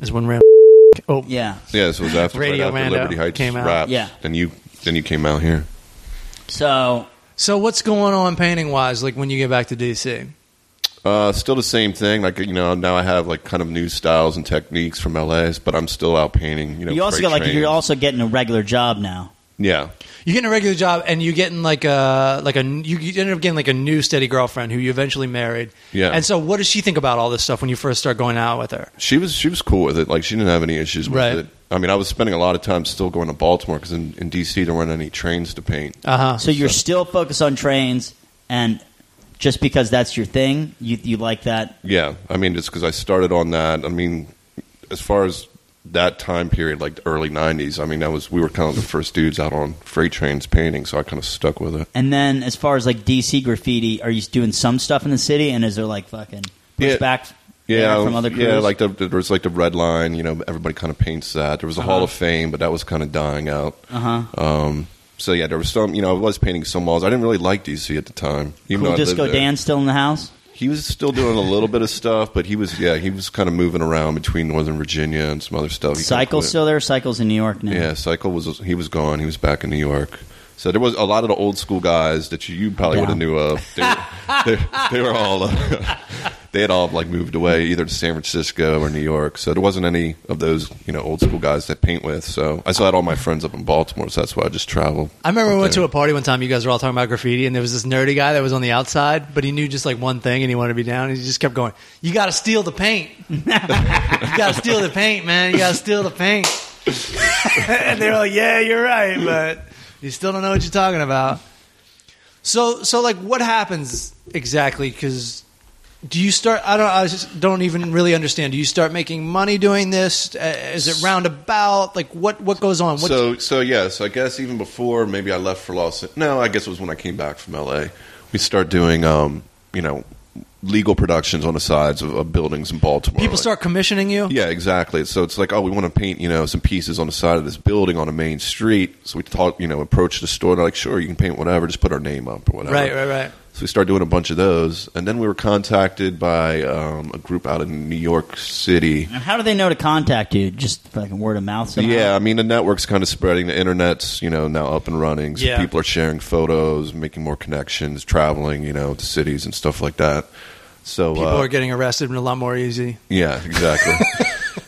Speaker 1: is when Ram. [laughs] Oh,
Speaker 4: Yeah. yeah.
Speaker 2: Yeah. So it was after
Speaker 1: Radio
Speaker 2: right after
Speaker 1: Rando
Speaker 2: Liberty Heights
Speaker 1: came out.
Speaker 2: wrapped.
Speaker 4: Yeah.
Speaker 2: And you then you came out here.
Speaker 4: So
Speaker 1: So what's going on painting wise? Like when you get back to DC?
Speaker 2: Uh, still the same thing. Like you know, now I have like kind of new styles and techniques from LA's, but I'm still out painting. You know,
Speaker 4: you also
Speaker 2: freight
Speaker 4: got like
Speaker 2: trains.
Speaker 4: you're also getting a regular job now.
Speaker 2: yeah,
Speaker 1: You're getting a regular job, and you're getting like a like a you you ended up getting like a new steady girlfriend who you eventually married.
Speaker 2: Yeah.
Speaker 1: And so, what does she think about all this stuff when you first start going out with her?
Speaker 2: she was she was cool with it. Like she didn't have any issues with
Speaker 1: Right.
Speaker 2: it. I mean, I was spending a lot of time still going to Baltimore because in, in DC there weren't any trains to paint.
Speaker 1: Uh huh.
Speaker 4: So you're still focused on trains, and just because that's your thing, you you like that.
Speaker 2: Yeah, I mean, just because I started on that. I mean, as far as that time period, like the early '90s. I mean, that was we were kind of the first dudes out on freight trains painting, so I kind of stuck with it.
Speaker 4: And then as far as like DC graffiti, are you doing some stuff in the city? And is there like fucking pushback?
Speaker 2: Yeah,
Speaker 4: there from other crews?
Speaker 2: yeah, like the, there was like the red line. You know, everybody kind of paints that. There was the
Speaker 4: Uh-huh.
Speaker 2: Hall of Fame, but that was kind of dying out.
Speaker 4: uh huh.
Speaker 2: Um, so yeah, there was some. You know, I was painting some walls. I didn't really like DC at the time. Even
Speaker 4: Cool
Speaker 2: though I lived
Speaker 4: Disco
Speaker 2: there.
Speaker 4: Dan still in the house.
Speaker 2: He was still doing a little bit of stuff, but he was yeah, he was kind of moving around between Northern Virginia and some other stuff. He kinda
Speaker 4: Cycle
Speaker 2: quit.
Speaker 4: still there. Cycle's in New York now.
Speaker 2: Yeah, Cycle was he was gone. He was back in New York. So there was a lot of the old school guys that you, you probably
Speaker 4: Yeah.
Speaker 2: would have knew of. They were, they, they were all uh, [laughs] they had all like moved away either to San Francisco or New York. So there wasn't any of those you know old school guys that paint with. So I still had all my friends up in Baltimore. So that's why I just traveled.
Speaker 1: I remember
Speaker 2: up
Speaker 1: we went
Speaker 2: there.
Speaker 1: to a party one time. You guys were all talking about graffiti, and there was this nerdy guy that was on the outside, but he knew just like one thing, and he wanted to be down. And he just kept going. You got to steal the paint. [laughs] you got to steal the paint, man. You got to steal the paint. [laughs] and they were like, "Yeah, you're right, but you still don't know what you're talking about." So, so like, what happens exactly? Because do you start? I don't. I just don't even really understand. Do you start making money doing this? Uh, Is it roundabout? Like, what what goes on? What,
Speaker 2: so so yeah. So I guess even before maybe I left for Los. No, I guess it was when I came back from LA. We start doing um you know legal productions on the sides of, of buildings in Baltimore.
Speaker 1: people
Speaker 2: Like-
Speaker 1: start commissioning you.
Speaker 2: Yeah, exactly. So it's like, oh, we want to paint, you know, some pieces on the side of this building on a main street. So we talk, you know, approach the store. They're like, sure, you can paint whatever, just put our name up or whatever.
Speaker 1: Right, right, right.
Speaker 2: So we started doing a bunch of those, and then we were contacted by um, a group out in New York City.
Speaker 4: And how do they know to contact you? Just fucking word of mouth. Somehow?
Speaker 1: Uh-huh.
Speaker 2: Yeah, I mean the network's kind of spreading. The internet's you know now up and running. So
Speaker 1: Yeah.
Speaker 2: people are sharing photos, making more connections, traveling, you know, to cities and stuff like that. So
Speaker 1: People
Speaker 2: uh,
Speaker 1: are getting arrested and a lot more easy.
Speaker 2: Yeah,
Speaker 1: [laughs]
Speaker 2: exactly.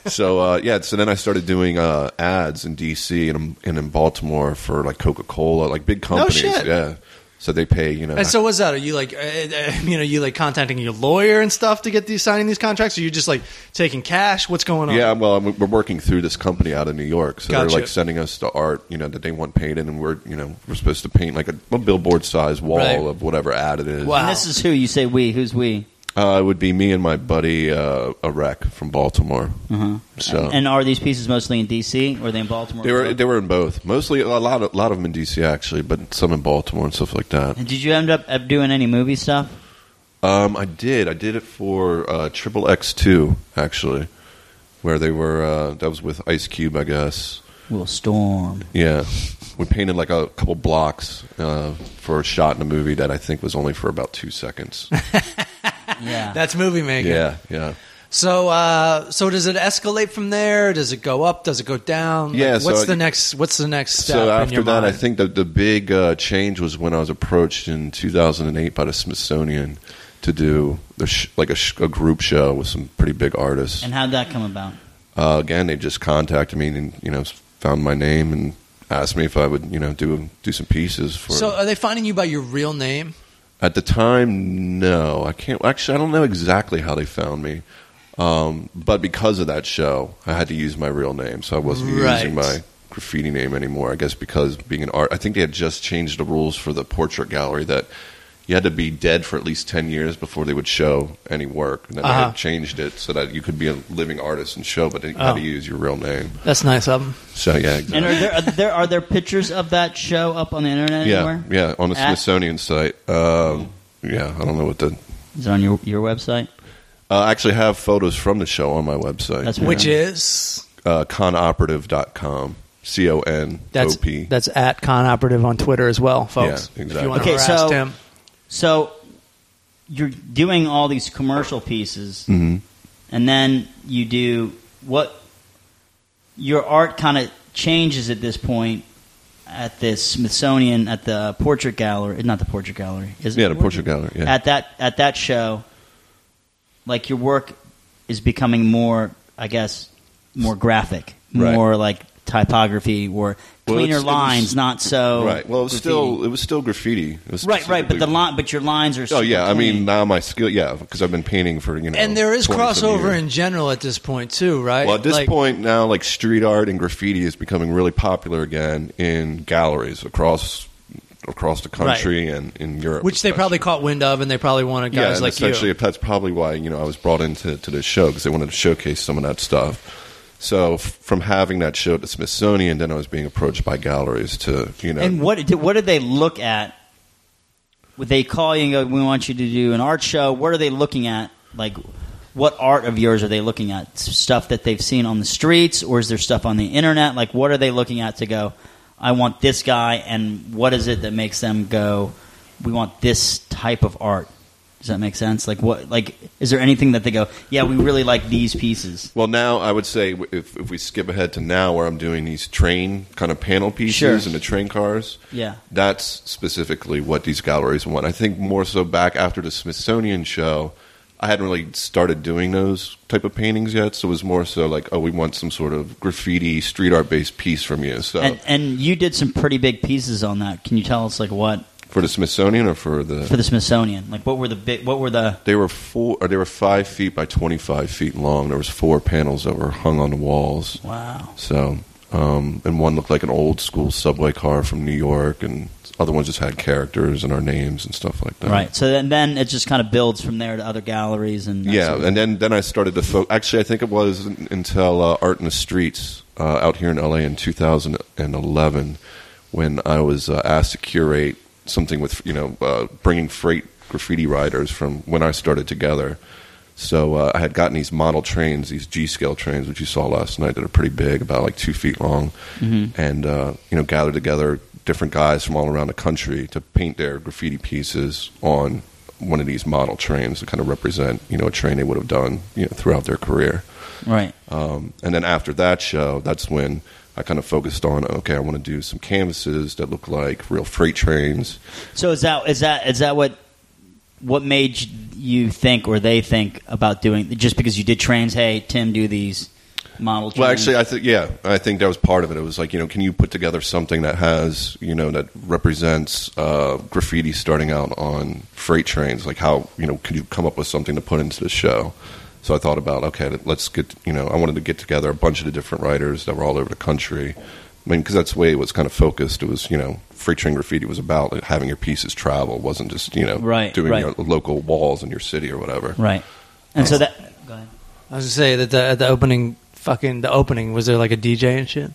Speaker 2: so uh, yeah, so then I started doing uh, ads in DC and, and in Baltimore for like Coca Cola, like big companies.
Speaker 1: shit.
Speaker 2: Yeah, so they pay you know.
Speaker 1: And so, what's that? Are you like, uh, uh, you know, you like contacting your lawyer and stuff to get these signing these contracts? Or you just like taking cash? What's going on?
Speaker 2: yeah, well, I'm- we're working through this company out of New York, so
Speaker 1: Gotcha.
Speaker 2: they're like sending us the art, you know, that they want painted, and we're, you know, we're supposed to paint like a, a billboard size wall
Speaker 1: Right.
Speaker 2: of whatever ad it is.
Speaker 1: Wow.
Speaker 4: And this is who you say we. Who's we?
Speaker 2: Uh, it would be me and my buddy uh, a wreck from Baltimore. So
Speaker 4: And are these pieces mostly in D.C. or are they in Baltimore?
Speaker 2: they were they were in both, mostly a lot of, a lot of them in DC actually, but some in Baltimore and stuff like that.
Speaker 4: and did you end up up doing any movie stuff?
Speaker 2: Um, I did. I did it for uh, Triple X Two actually, where they were. Uh, that was with Ice Cube, I guess.
Speaker 4: Will Storm.
Speaker 2: Yeah, we painted like a couple blocks uh, for a shot in a movie that I think was only for about two seconds. [laughs]
Speaker 4: Yeah.
Speaker 1: That's movie making.
Speaker 2: yeah, yeah.
Speaker 1: So, uh, so does it escalate from there? Does it go up? Does it go down?
Speaker 2: Yeah,
Speaker 1: Like, what's
Speaker 2: so-
Speaker 1: the next? What's the next step?
Speaker 2: So
Speaker 1: in
Speaker 2: after
Speaker 1: your
Speaker 2: that,
Speaker 1: mind?
Speaker 2: I think that the big uh, change was when I was approached in 2008 by the Smithsonian to do the sh- like a, sh- a group show with some pretty big artists.
Speaker 4: and how'd that come about?
Speaker 2: Uh, again, they just contacted me and you know found my name and asked me if I would you know do do some pieces for.
Speaker 1: So, are they finding you by your real name?
Speaker 2: At the time, no, I can't. Actually, I don't know exactly how they found me, um, but because of that show, I had to use my real name, so I wasn't
Speaker 1: Right.
Speaker 2: using my graffiti name anymore. I guess because being an art, I think they had just changed the rules for the portrait gallery that you had to be dead for at least ten years before they would show any work, and then they
Speaker 1: Uh-huh.
Speaker 2: had changed it so that you could be a living artist and show, but they
Speaker 1: Oh.
Speaker 2: had to use your real name.
Speaker 1: That's nice of them.
Speaker 2: So yeah,
Speaker 4: And
Speaker 2: exactly.
Speaker 4: are there, are there are there pictures of that show up on the internet
Speaker 2: yeah,
Speaker 4: anywhere?
Speaker 2: yeah, on the
Speaker 4: At-
Speaker 2: Smithsonian site. Um, yeah, I don't know what the
Speaker 4: Is it on your your website?
Speaker 2: Uh, I actually have photos from the show on my website.
Speaker 4: That's
Speaker 1: Which
Speaker 4: Yeah.
Speaker 1: is
Speaker 2: uh, conoperative.com. C O N O
Speaker 1: that's
Speaker 2: P.
Speaker 1: that's at Conoperative on Twitter as well, folks.
Speaker 2: Yeah,
Speaker 1: If you want to
Speaker 4: exactly. Okay,
Speaker 1: harass
Speaker 4: so-
Speaker 1: Tim,
Speaker 4: So you're doing all these commercial pieces,
Speaker 2: Mm-hmm.
Speaker 4: and then you do what? Your art kind of changes at this point at the Smithsonian, at the Portrait Gallery, eh, not the Portrait Gallery, is it?
Speaker 2: Yeah, the Portrait Gallery. Yeah.
Speaker 4: At that at that show, like your work is becoming more, I guess, more graphic,
Speaker 2: Right.
Speaker 4: more like typography or
Speaker 2: Well,
Speaker 4: cleaner
Speaker 2: it's- it was-
Speaker 4: lines, not so
Speaker 2: right. Well, it was
Speaker 4: graffiti.
Speaker 2: still it was still graffiti. It was
Speaker 4: Right, right, but the
Speaker 2: specifically-
Speaker 4: line, but your lines are.
Speaker 2: Oh yeah,
Speaker 4: super
Speaker 2: I mean
Speaker 4: clean.
Speaker 2: now my skill. Yeah, because I've been painting for you know.
Speaker 1: and there is
Speaker 2: 20 some
Speaker 1: crossover
Speaker 2: years.
Speaker 1: in general at this point too, right?
Speaker 2: Well, at this
Speaker 1: Like-
Speaker 2: point now, like street art and graffiti is becoming really popular again in galleries across across the country and in Europe,
Speaker 1: which they
Speaker 2: especially.
Speaker 1: probably caught wind of, and they probably wanted
Speaker 2: yeah,
Speaker 1: guys
Speaker 2: and
Speaker 1: like
Speaker 2: essentially,
Speaker 1: you.
Speaker 2: that's probably why you know I was brought into to this show because they wanted to showcase some of that stuff. So f- from having that show at the Smithsonian, then I was being approached by galleries to you know.
Speaker 4: And what did, what did they look at? Would they call you and go, "We want you to do an art show"? What are they looking at? Like, what art of yours are they looking at? S- Stuff that they've seen on the streets, or is there stuff on the internet? Like, what are they looking at to go? I want this guy, and what is it that makes them go? We want this type of art. Does that make sense? Like, what? Like, is there anything that they go? Yeah, we really like these pieces.
Speaker 2: well, now I would say w- if, if we skip ahead to now where I'm doing these train kind of panel pieces
Speaker 4: Sure.
Speaker 2: and the train cars,
Speaker 4: Yeah.
Speaker 2: that's specifically what these galleries want. I think more so back after the Smithsonian show, I hadn't really started doing those type of paintings yet. So it was more so like, oh, we want some sort of graffiti, street art based piece from you. So
Speaker 4: And and you did some pretty big pieces on that. Can you tell us like what
Speaker 2: For the Smithsonian or for the?
Speaker 4: [laughs] for the Smithsonian? Like, what were the big? What were the?
Speaker 2: they were four, or they were five feet by twenty-five feet long. There was four panels that were hung on the walls.
Speaker 4: Wow.
Speaker 2: So, um, and one looked like an old school subway car from New York, and other ones just had characters and our names and stuff like that.
Speaker 4: Right. So then, then it just kind of builds from there to other galleries and that
Speaker 2: Yeah,
Speaker 4: sort of-
Speaker 2: and then then I started to fo- actually I think it was un- until uh, Art in the Streets uh, out here in LA in 2011 when I was uh, asked to curate something with you know uh, bringing freight graffiti riders from when I started together. So uh, I had gotten these model trains, these G scale trains, which you saw last night, that are pretty big, about like two feet long, and uh, you know gathered together different guys from all around the country to paint their graffiti pieces on one of these model trains to kind of represent you know a train they would have done you know throughout their career.
Speaker 4: right.
Speaker 2: Um, and then after that show, that's when I kind of focused on okay, I want to do some canvases that look like real freight trains.
Speaker 4: So is that is that is that what what made you think or they think about doing just because you did trains? Hey, Tim, do these model. Trains.
Speaker 2: Well, actually, I think yeah, I think that was part of it. It was like you know, can you put together something that has you know that represents uh, graffiti starting out on freight trains? Like how you know could you come up with something to put into the show? So I thought about okay, let's get you know I wanted to get together a bunch of the different writers that were all over the country. I mean, because that's the way it was kind of focused. It was you know freight train graffiti was about like, having your pieces travel. It wasn't just you know
Speaker 4: Right,
Speaker 2: doing
Speaker 4: right.
Speaker 2: your local walls in your city or
Speaker 1: [laughs]
Speaker 2: whatever.
Speaker 4: right. And
Speaker 2: Oh.
Speaker 4: so that. Go ahead.
Speaker 1: I was gonna say that the, at the opening, fucking the opening, was there like a DJ and shit?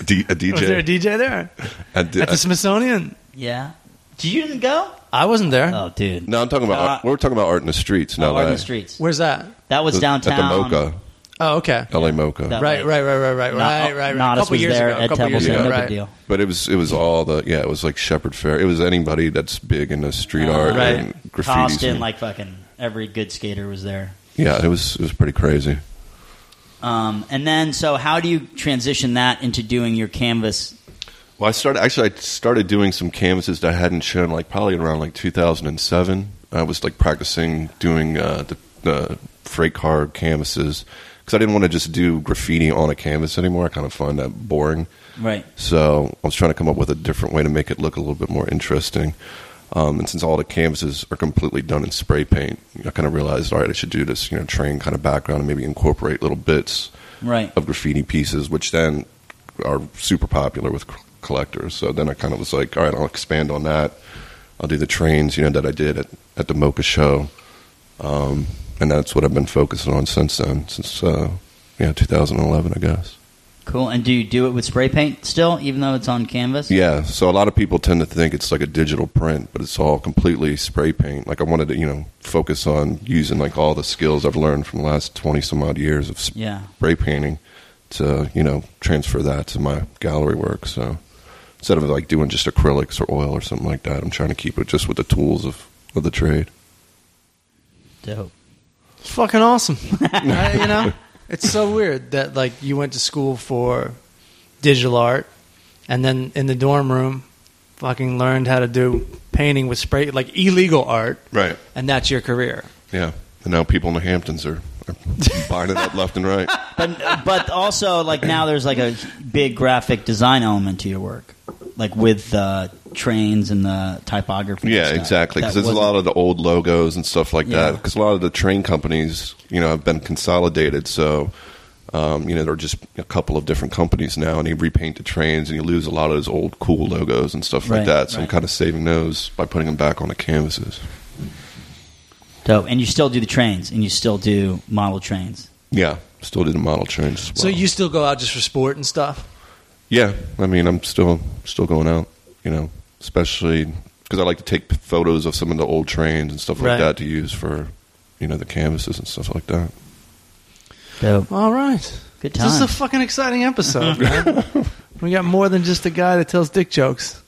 Speaker 2: A, D- a DJ.
Speaker 1: Was there a DJ there
Speaker 2: A d-
Speaker 1: at the Smithsonian?
Speaker 4: Yeah. Did you didn't go?
Speaker 1: I wasn't there.
Speaker 4: Oh, dude.
Speaker 2: no, I'm talking about
Speaker 4: Uh, Oh,
Speaker 2: art- we're talking about art in the streets. No,
Speaker 4: Art in the streets.
Speaker 1: Where's that?
Speaker 4: That was downtown.
Speaker 2: At the Mocha.
Speaker 1: Oh, okay.
Speaker 2: L.A. Mocha.
Speaker 4: That-
Speaker 1: Right, right, right, right, right, right, right, right.
Speaker 4: Nodis
Speaker 1: a couple
Speaker 4: was
Speaker 1: years
Speaker 4: there,
Speaker 1: ago,
Speaker 4: Ed
Speaker 1: a couple years
Speaker 4: Templeton,
Speaker 1: ago,
Speaker 2: no
Speaker 4: big
Speaker 1: right.
Speaker 4: deal.
Speaker 2: But it was it was all the yeah it was like Shepherd Fair. It was anybody that's big into street art
Speaker 1: right.
Speaker 2: and graffiti.
Speaker 4: Costin,
Speaker 2: scene.
Speaker 4: like fucking every good skater was there.
Speaker 2: yeah, it was it was pretty crazy.
Speaker 4: Um, and then, so how do you transition that into doing your canvas?
Speaker 2: Well, I started actually. I started doing some canvases that I hadn't shown, like probably around like 2007. I was like practicing doing uh, the, the freight car canvases because I didn't want to just do graffiti on a canvas anymore. I kind of find that boring.
Speaker 4: Right.
Speaker 2: So I was trying to come up with a different way to make it look a little bit more interesting. Um, and since all the canvases are completely done in spray paint, I kind of realized, all right, I should do this, you know, train kind of background and maybe incorporate little bits
Speaker 4: Right.
Speaker 2: of graffiti pieces, which then are super popular with c- collectors. So then I kind of was like, all right, I'll expand on that. I'll do the trains, you know, that I did at, at the Mocha show. Um, and that's what I've been focusing on since then, since, uh, yeah, 2011, I guess.
Speaker 4: Cool. And do you do it with spray paint still, even though it's on canvas?
Speaker 2: Yeah, so a lot of people tend to think it's like a digital print, but it's all completely spray paint. Like I wanted to, you know, focus on using like all the skills I've learned from the last twenty some odd years of spray
Speaker 4: Yeah.
Speaker 2: painting to, you know, transfer that to my gallery work. So instead of like doing just acrylics or oil or something like that, I'm trying to keep it just with the tools of, of the trade.
Speaker 4: Dope. [laughs]
Speaker 1: It's fucking awesome. [laughs] I- you know, it's so weird that like you went to school for digital art, and then in the dorm room, fucking learned how to do painting with spray, like illegal art,
Speaker 2: Right.
Speaker 1: and that's your career.
Speaker 2: Yeah. And now people in the Hamptons are, are [laughs] buying it up left and right.
Speaker 4: But but also like now there's like a big graphic design element to your work, like with the trains and the typography. and
Speaker 2: Yeah,
Speaker 4: stuff.
Speaker 2: exactly. Because
Speaker 4: That
Speaker 2: there's a lot of the old logos and stuff like that.
Speaker 4: Yeah.
Speaker 2: 'Cause that. Because a lot of the train companies, you know, have been consolidated. So, um, you know, there are just a couple of different companies now, and you repaint the trains, and you lose a lot of those old cool logos and stuff
Speaker 4: Right,
Speaker 2: like that. So I'm
Speaker 4: right.
Speaker 2: kind of saving those by putting them back on the canvases.
Speaker 4: wasn't- dope. And you still do the trains, and you still do model trains.
Speaker 2: Yeah, still do the model trains. As well.
Speaker 1: So you still go out just for sport and stuff.
Speaker 2: Yeah, I mean, I'm still still going out, you know, especially because I like to take photos of some of the old trains and stuff like
Speaker 1: Right.
Speaker 2: that to use for, you know, the canvases and stuff like that.
Speaker 4: Dope.
Speaker 1: All right,
Speaker 4: Good
Speaker 1: this is
Speaker 4: time.
Speaker 1: a fucking exciting [laughs] episode. man. we got more than just a guy that tells dick jokes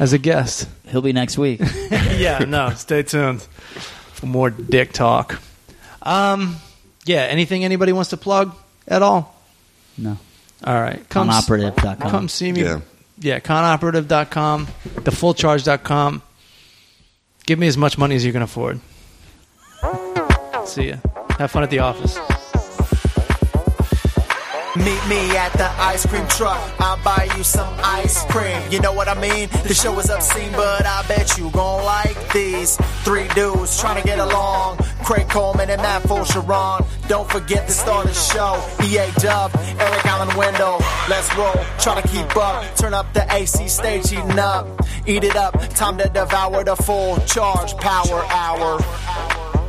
Speaker 1: as a guest.
Speaker 4: He'll be next week.
Speaker 1: [laughs]
Speaker 2: [laughs]
Speaker 1: yeah, no, stay tuned for more dick talk. Um, yeah, anything anybody wants to plug at all?
Speaker 4: No.
Speaker 1: All right. Come, s-
Speaker 4: Conoperative.com.
Speaker 1: come see me.
Speaker 2: Yeah.
Speaker 1: Yeah, conoperative.com, thefullcharge.com. Give me as much money as you can afford. See ya. Have fun at the office.
Speaker 3: Meet me at the ice cream truck. I'll buy you some ice cream. You know what I mean? The show is obscene, but I bet you gon' like these three dudes trying to get along. Craig Coleman and Matt Sharon. Don't forget to start the show. EA Dub, Eric Allen Window. Let's roll. Try to keep up. Turn up the AC stage, heating up. Eat it up. Time to devour the full charge power hour.